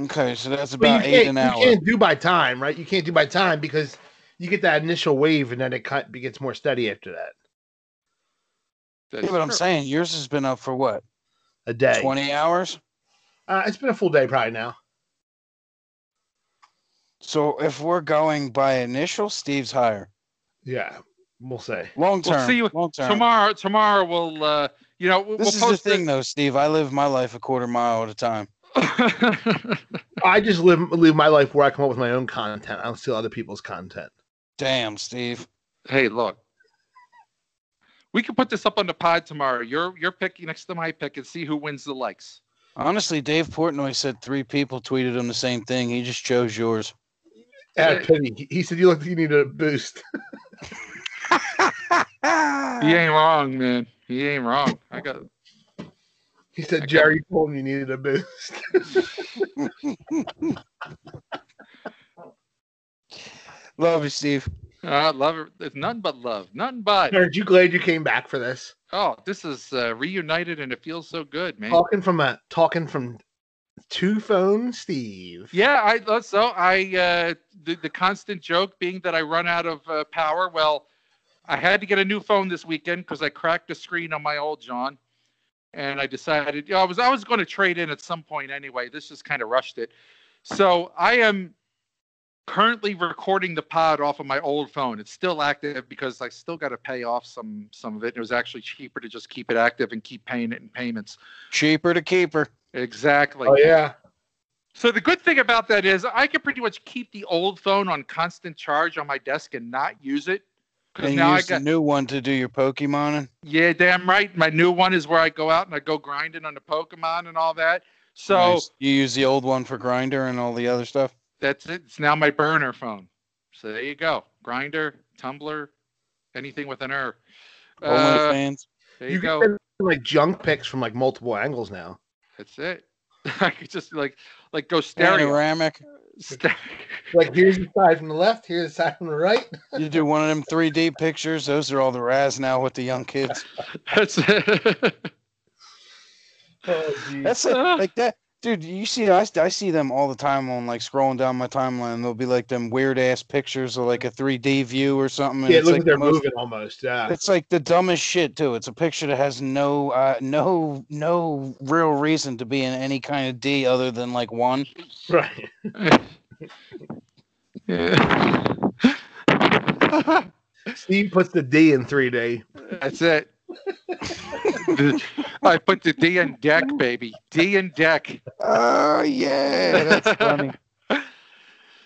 S3: Okay, so that's about
S5: But you,
S3: eight
S5: can't,
S3: an
S5: you
S3: hour.
S5: can't do by time, right? You can't do by time because you get that initial wave and then it cut, gets more steady after that.
S1: That's
S3: Yeah, but I'm
S1: true.
S3: saying yours has been up for what?
S5: A day.
S3: Twenty hours.
S5: Uh, it's been a full day probably now.
S3: So if we're going by initial, Steve's higher.
S5: Yeah, we'll say.
S3: Long term.
S1: see you
S3: long term.
S1: tomorrow. Tomorrow we'll. Uh, you know, we'll, we'll
S3: This is
S1: post
S3: the thing, though, Steve. I live my life a quarter mile at a time.
S1: [laughs] the-
S5: I just live live my life where I come up with my own content. I don't steal other people's content.
S3: Damn, Steve.
S1: hey, look. We can put this up on the pod tomorrow. Your your pick next to my pick and see who wins the likes.
S3: Honestly, Dave Portnoy said three people tweeted him the same thing. He just chose yours.
S5: Out
S1: Yeah.
S5: of pity. He- He said you look you need a boost.
S1: Ah! He ain't wrong, man. He ain't wrong. I got
S5: He said, Jerry told me you needed a boost.
S3: Love you, Steve.
S1: I love it. There's nothing but love. Nothing
S5: [laughs]
S1: but.
S5: Aren't you glad you came back for this?
S1: Oh, this is uh, reunited and it feels so good, man.
S5: Talking from a talking from two phone Steve.
S1: Yeah, I thought so. I uh, the, the constant joke being that I run out of uh, power. Well, I had to get a new phone this weekend because I cracked the screen on my old John, and I decided you know, I was I was going to trade in at some point anyway. This just kind of rushed it. So I am currently recording the pod off of my old phone. It's still active because I still got to pay off some some of it. And it was actually cheaper to just keep it active and keep paying it in payments.
S3: Cheaper to keep her.
S1: Exactly.
S5: Oh yeah.
S1: So the good thing about that is I can pretty much keep the old phone on constant charge on my desk and not use it. Because
S3: And
S1: now I
S3: use
S1: got
S3: the new one to do your Pokemon.
S1: yeah, damn right. My new one is where I go out and I go grinding on the Pokemon and all that. So
S3: you use the old one for grinder and all the other stuff.
S1: that's it. It's now my burner phone. So there you go. Grinder, Tumblr, anything with an er.
S3: Oh
S1: Uh,
S3: OnlyFans.
S1: there you,
S5: You
S1: go.
S5: can send, like junk pics from like multiple angles now.
S1: [laughs] That's it. [laughs] I could just like like go stereo.
S3: Panoramic.
S1: Ste-
S5: Like here's the side from the left, here's the side from the right.
S3: You do one of them 3D pictures. Those are all the raz now with the young kids.
S1: [laughs] that's it. [laughs]
S5: Oh, geez.
S3: That's it. like that, dude. You see, I, I see them all the time on like scrolling down my timeline. There'll be like them weird ass pictures of like a 3D view or something. and
S5: Yeah,
S3: it's
S5: look
S3: like
S5: at they're
S3: the most-
S5: moving almost. Yeah.
S3: It's like the dumbest shit too. It's a picture that has no, uh, no, no real reason to be in any kind of D other than like one.
S5: [laughs] Right.
S1: Yeah.
S5: Steve puts the D in 3D.
S1: That's it. [laughs] I put the D in deck, baby. D in deck.
S3: Oh yeah, [laughs] that's funny.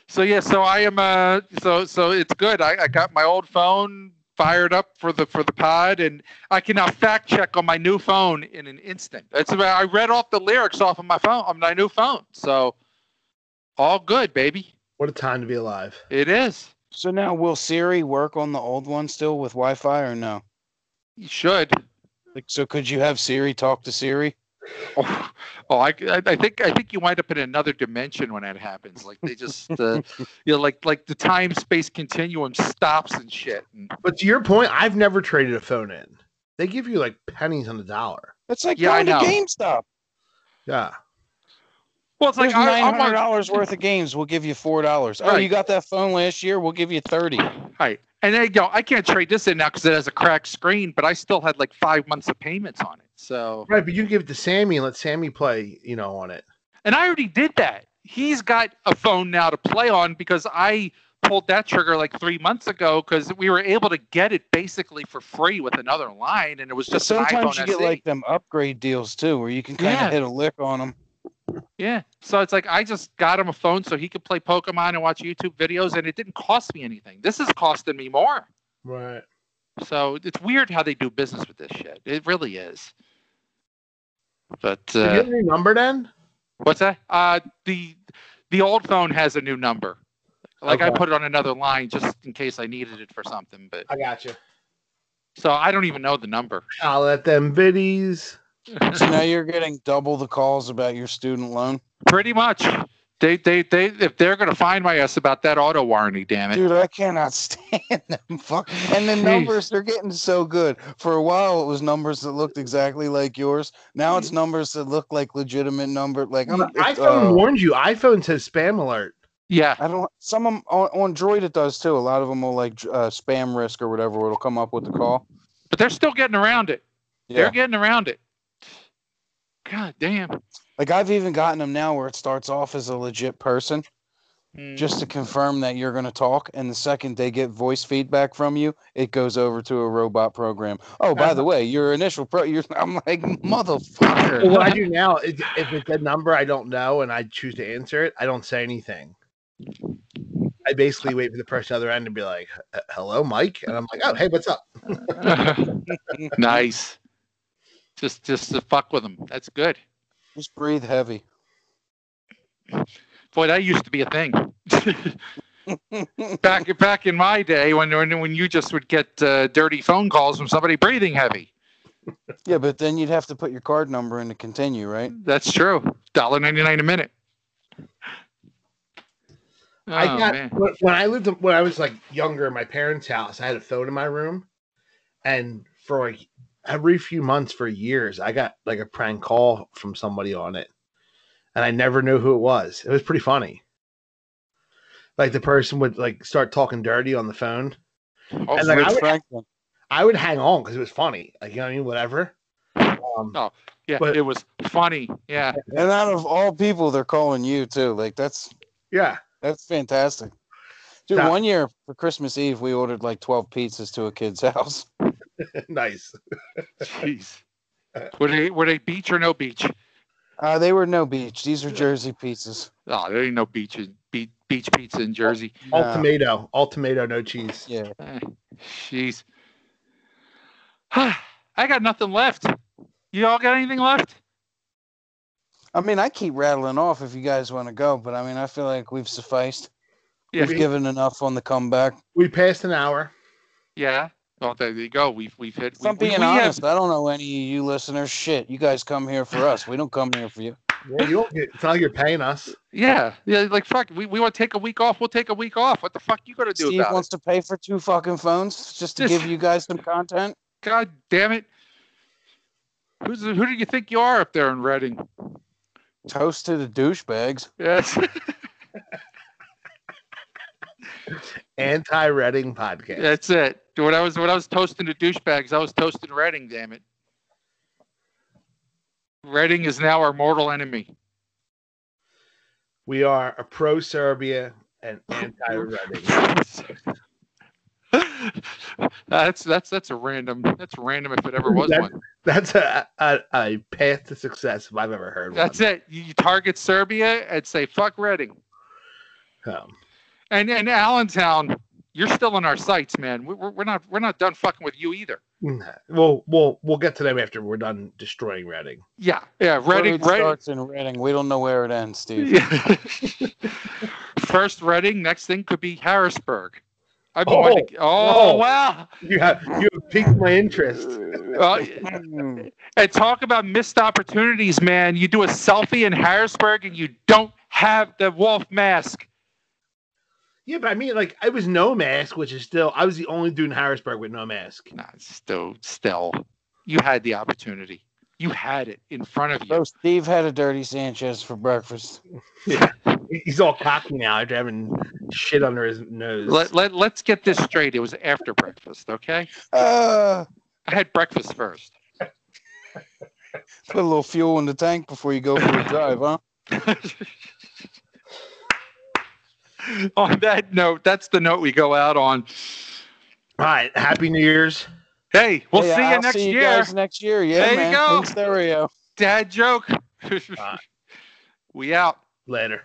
S1: So yeah, so I am uh so so it's good. I, I got my old phone fired up for the for the pod and I can now fact check on my new phone in an instant. That's about I read off the lyrics off of my phone on my new phone. So all good, baby.
S5: What a time to be alive.
S1: It is.
S3: So now, will Siri work on the old one still with Wi-Fi or no?
S1: You should.
S3: Like, so could you have Siri talk to Siri?
S1: Oh, [laughs] oh I, I I think I think you wind up in another dimension when that happens. Like they just,
S3: [laughs]
S1: uh, you know, like like the time space continuum stops and shit. And
S5: But to your point, I've never traded a phone in. They give you like pennies on the dollar.
S3: That's like
S1: Yeah, I
S3: going to
S1: know.
S3: GameStop.
S5: Yeah.
S1: well, it's
S3: It's like
S1: like I,
S3: nine
S1: I'm
S3: hundred
S1: on,
S3: dollars worth of games. We'll give you four dollars. Oh,
S1: Right.
S3: you got that phone last year. We'll give you thirty.
S1: right, and there you go. I can't trade this in now because it has a cracked screen, but I still had like five months of payments on it. So,
S5: Right. But you give it to Sammy and let Sammy play, you know, on it.
S1: and I already did that. He's got a phone now to play on because I pulled that trigger like three months ago because we were able to get it basically for free with another line, and it was
S3: But
S1: just an iPhone E.
S3: sometimes you get
S1: SE.
S3: like them upgrade deals too, where you can kind of
S1: Yeah.
S3: hit a lick on them.
S1: Yeah. So it's like I just got him a phone so he could play Pokemon and watch YouTube videos, and it didn't cost me anything. This is costing me more.
S5: Right.
S1: So it's weird how they do business with this shit. It really is. But
S5: Did you
S1: uh,
S5: have any number then?
S1: what's that? Uh, the the old phone has a new number. Like I
S5: Okay.
S1: put it on another line just in case I needed it for something. But
S5: I got you.
S1: so I don't even know the number.
S5: I'll let them biddies.
S3: So now you're getting double the calls about your student loan,
S1: Pretty much. They they they if they're gonna find my ass about that auto warranty, damn it.
S3: dude. I cannot [laughs] stand them. Fuck. And the
S1: Jeez.
S3: numbers they're getting so good. For a while, it was numbers that looked exactly like yours. Now
S1: Mm-hmm.
S3: it's numbers that look like legitimate number. Like I'm,
S5: Well,
S3: it's,
S5: iPhone
S3: uh,
S5: warned you. iPhone says spam alert.
S1: Yeah.
S3: I don't. Some of 'em- on, on Droid it does too. A lot of them will like dr- uh, spam risk or whatever. It'll come up with the call.
S1: But they're still getting around it.
S3: Yeah.
S1: They're getting around it. God damn.
S3: Like I've even gotten them now where it starts off as a legit person
S5: Hmm.
S1: Mm.
S5: [laughs]
S3: just to confirm that you're going to talk, and the second they get voice feedback from you, it goes over to a robot program. Oh, by
S5: Uh-huh.
S3: the way, your initial pro. You're, [laughs] I'm like
S5: Well,
S3: motherfucker.
S5: [laughs] what I do now is if it's a number I don't know and I choose to answer it, I don't say anything. I basically wait for the person at the other end to be like, "H- "Hello, Mike," and I'm like, "Oh, hey, what's up?"
S1: [laughs] nice. Just just to fuck with them. That's good.
S3: Just breathe heavy.
S1: Boy, that used to be a
S5: [laughs]
S1: thing. back back in my day when when, when you just would get uh, dirty phone calls from somebody breathing heavy.
S3: Yeah, but then you'd have to put your card number in to continue, right?
S1: That's true. Dollar ninety nine a minute.
S5: I
S1: Oh,
S5: got
S1: man.
S5: when, when I lived in- when I was like younger in my parents' house, I had a phone in my room, and for like every few months for years, I got like a prank call from somebody on it, and I never knew who it was. It was pretty funny. Like the person would like start talking dirty on the phone.
S1: Oh,
S5: and, like, I
S3: Rich
S5: would-
S3: Franklin.
S5: I would hang on because it was funny. Like you know what I mean? Whatever. Um,
S1: Oh, yeah,
S5: but-
S1: it was funny.
S5: [laughs]
S1: Yeah,
S3: And out of all people, they're calling you too. Like that's
S5: yeah. [laughs]
S3: that's fantastic. Dude,
S5: That-
S3: one year for Christmas Eve, we ordered like twelve pizzas to a kid's [laughs] house.
S5: nice.
S1: jeez. Were they were they beach or no beach?
S3: Uh, they were no beach. These are Jersey pizzas.
S1: Oh, there ain't no beach in beach, beach pizza in Jersey.
S5: All
S3: Nah.
S5: tomato. All tomato. No cheese.
S3: Yeah.
S1: Eh, Jeez. [sighs] I got nothing left. You all got anything left?
S3: I mean, I keep rattling off if you guys want to go, but I mean, I feel like we've sufficed.
S1: Yeah.
S3: We've given enough on the comeback.
S5: We passed
S1: [laughs]
S5: an hour.
S1: Yeah. Well, there you go. We've we've hit.
S3: If I'm
S1: we, we-
S3: being
S1: we have-
S3: honest, I don't know any of you listeners. Shit, you guys come here for us. We don't come here for you.
S5: Yeah, you don't get, it's not like you're paying us.
S1: yeah. Yeah. Like fuck. We, we want to take a week off. We'll take a week off. What the fuck you gonna [laughs] do
S3: Steve
S1: about
S3: wants to pay for two fucking phones just to
S1: Just-
S3: give you guys some content.
S1: it? God damn it. Who's who do you think you are up there in Reading?
S3: Toast to the douchebags.
S1: Yes.
S5: Anti Reading podcast.
S1: That's it. When I was when I was toasting the douchebags, I was toasting Reading. Damn it. Reading is now our mortal enemy. [laughs]
S5: We are a pro Serbia
S1: [laughs]
S5: and anti Reading.
S1: that's that's that's a random that's random if it ever was
S5: That-
S1: one.
S5: That's a, a, a path to success if I've ever heard
S1: That's
S5: one.
S1: it. You you target Serbia and say fuck Reading.
S5: Um,
S1: And and Allentown, you're still on our sites, man. We, we're, we're not we're not done fucking with you either.
S5: nah. we'll, we'll, we'll get to them after we're done destroying Reading.
S1: Yeah, yeah. Reading,
S3: Where it
S1: Reading.
S3: starts in Reading. We don't know where it ends, Steve.
S1: Yeah. [laughs] First Reading, next thing could be Harrisburg. I've been wanting to- oh,
S5: oh.
S3: [laughs]
S1: wow.
S5: You have, you have piqued my interest.
S1: Uh,
S3: Hmm.
S1: and talk about missed opportunities, man. You do a selfie in Harrisburg and you don't have the wolf mask.
S5: Yeah, but I mean, like, I was no mask, which is still, I was the only dude in Harrisburg with no mask.
S1: Nah, still, still, you had the opportunity. You had it in front of you.
S3: So Steve had a dirty Sanchez for breakfast.
S5: He's all cocky now after having shit under his nose.
S1: Let, let, let's get this straight. It was after breakfast, okay? Ah.
S3: Uh,
S1: I had breakfast first.
S3: put a little fuel in the tank before you go for a drive, huh?
S1: on that note, that's the note we go out on.
S5: all right. Happy New Year's.
S1: Hey, we'll
S3: Hey,
S1: see you
S3: I'll
S1: next
S3: see you
S1: year.
S3: guys next year. Yeah,
S1: There you
S3: man.
S1: go.
S3: In stereo.
S1: Dad joke. [laughs] we out.
S5: Later.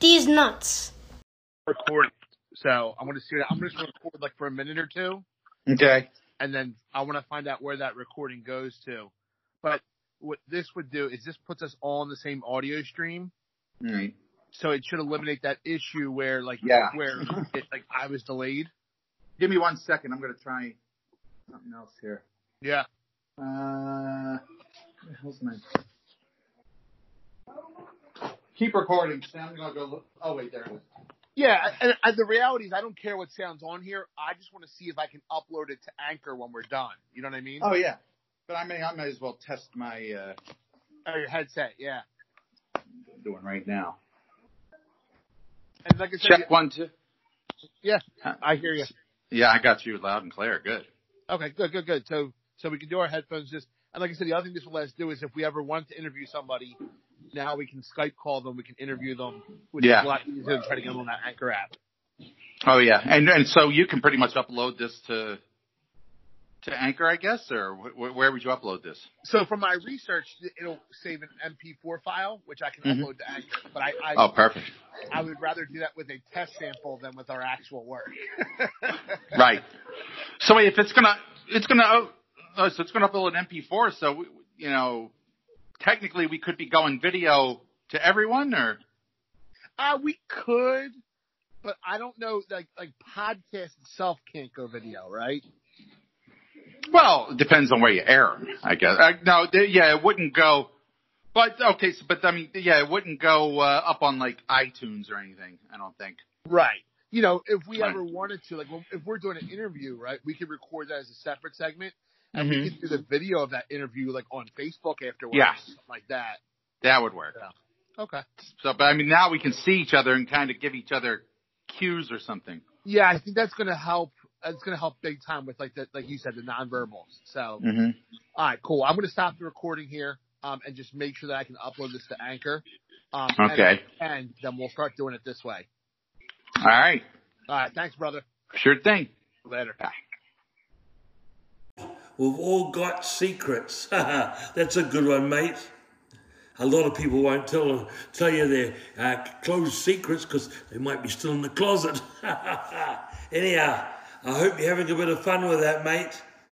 S8: These nuts.
S9: record. So I'm gonna see. That. I'm just gonna record like for a minute or two,
S10: Okay.
S9: and then I want to find out where that recording goes to. But what this would do is this puts us all on the same audio stream,
S10: All right.
S9: so it should eliminate that issue where like
S10: Yeah.
S9: where it like I was delayed.
S10: Give me one second. I'm gonna try something else here.
S9: Yeah.
S10: Uh, where the hell's my? Keep recording. So I'm gonna go look. Oh wait, there it is.
S9: Yeah, and, and the reality is I don't care what sounds on here. I just want to see if I can upload it to Anchor when we're done. You know what I mean?
S10: Oh yeah. But I may I might as well test my uh,
S9: Or your headset, yeah.
S10: doing right now.
S9: And like I said,
S10: Check one two.
S9: I hear you.
S10: Yeah, I got you loud and clear. Good.
S9: Okay, good, good, good. So, so we can do our headphones just, and like I said, the other thing this will let us do is if we ever want to interview somebody, now we can Skype call them, we can interview them, which
S10: Yeah.
S9: is a lot easier than trying to get them on that Anchor app.
S10: Oh yeah, and and so you can pretty much upload this to to Anchor, I guess, or wh- where would you upload this?
S9: So from my research, it'll save an MP4 file, which I can
S10: Mhm.
S9: upload to Anchor, but I, I,
S10: Oh, perfect.
S9: I would rather do that with a test sample than with our actual work. [laughs]
S10: Right. So wait, if it's gonna, it's gonna, oh, oh, so it's gonna upload an MP4. So we, you know, technically we could be going video to everyone, or
S9: Uh, we could, but I don't know, like, like podcast itself can't go video, right?
S10: Well, it depends on where you air 'em, I guess. Uh, no, th- yeah, it wouldn't go. But okay, so, but I mean, yeah, it wouldn't go uh, up on like iTunes or anything. I don't think.
S9: Right. You know, if we
S10: Right.
S9: ever wanted to, like, when- if we're doing an interview, right, we could record that as a separate segment, and we
S10: Mhm.
S9: could do the video of that interview, like, on Facebook afterwards,
S10: Yeah.
S9: something like that.
S10: That would work.
S9: Okay.
S10: So, but I mean, now we can see each other and kind of give each other cues or something.
S9: Yeah, I think that's gonna help. That's gonna help big time with like the, like you said, the nonverbals. So,
S10: Mm-hmm.
S9: all right, cool. I'm gonna stop the recording here, um, and just make sure that I can upload this to Anchor. Um, and-
S10: Okay.
S9: and then we'll start doing it this way.
S10: All right.
S9: All right. Thanks, brother.
S10: Sure thing.
S9: Later.
S11: We've all got secrets. [laughs] That's a good one, mate. A lot of people won't tell tell you their uh, closed secrets because they might [laughs] be still in the closet. Anyhow, I hope you're having a bit of fun with that, mate.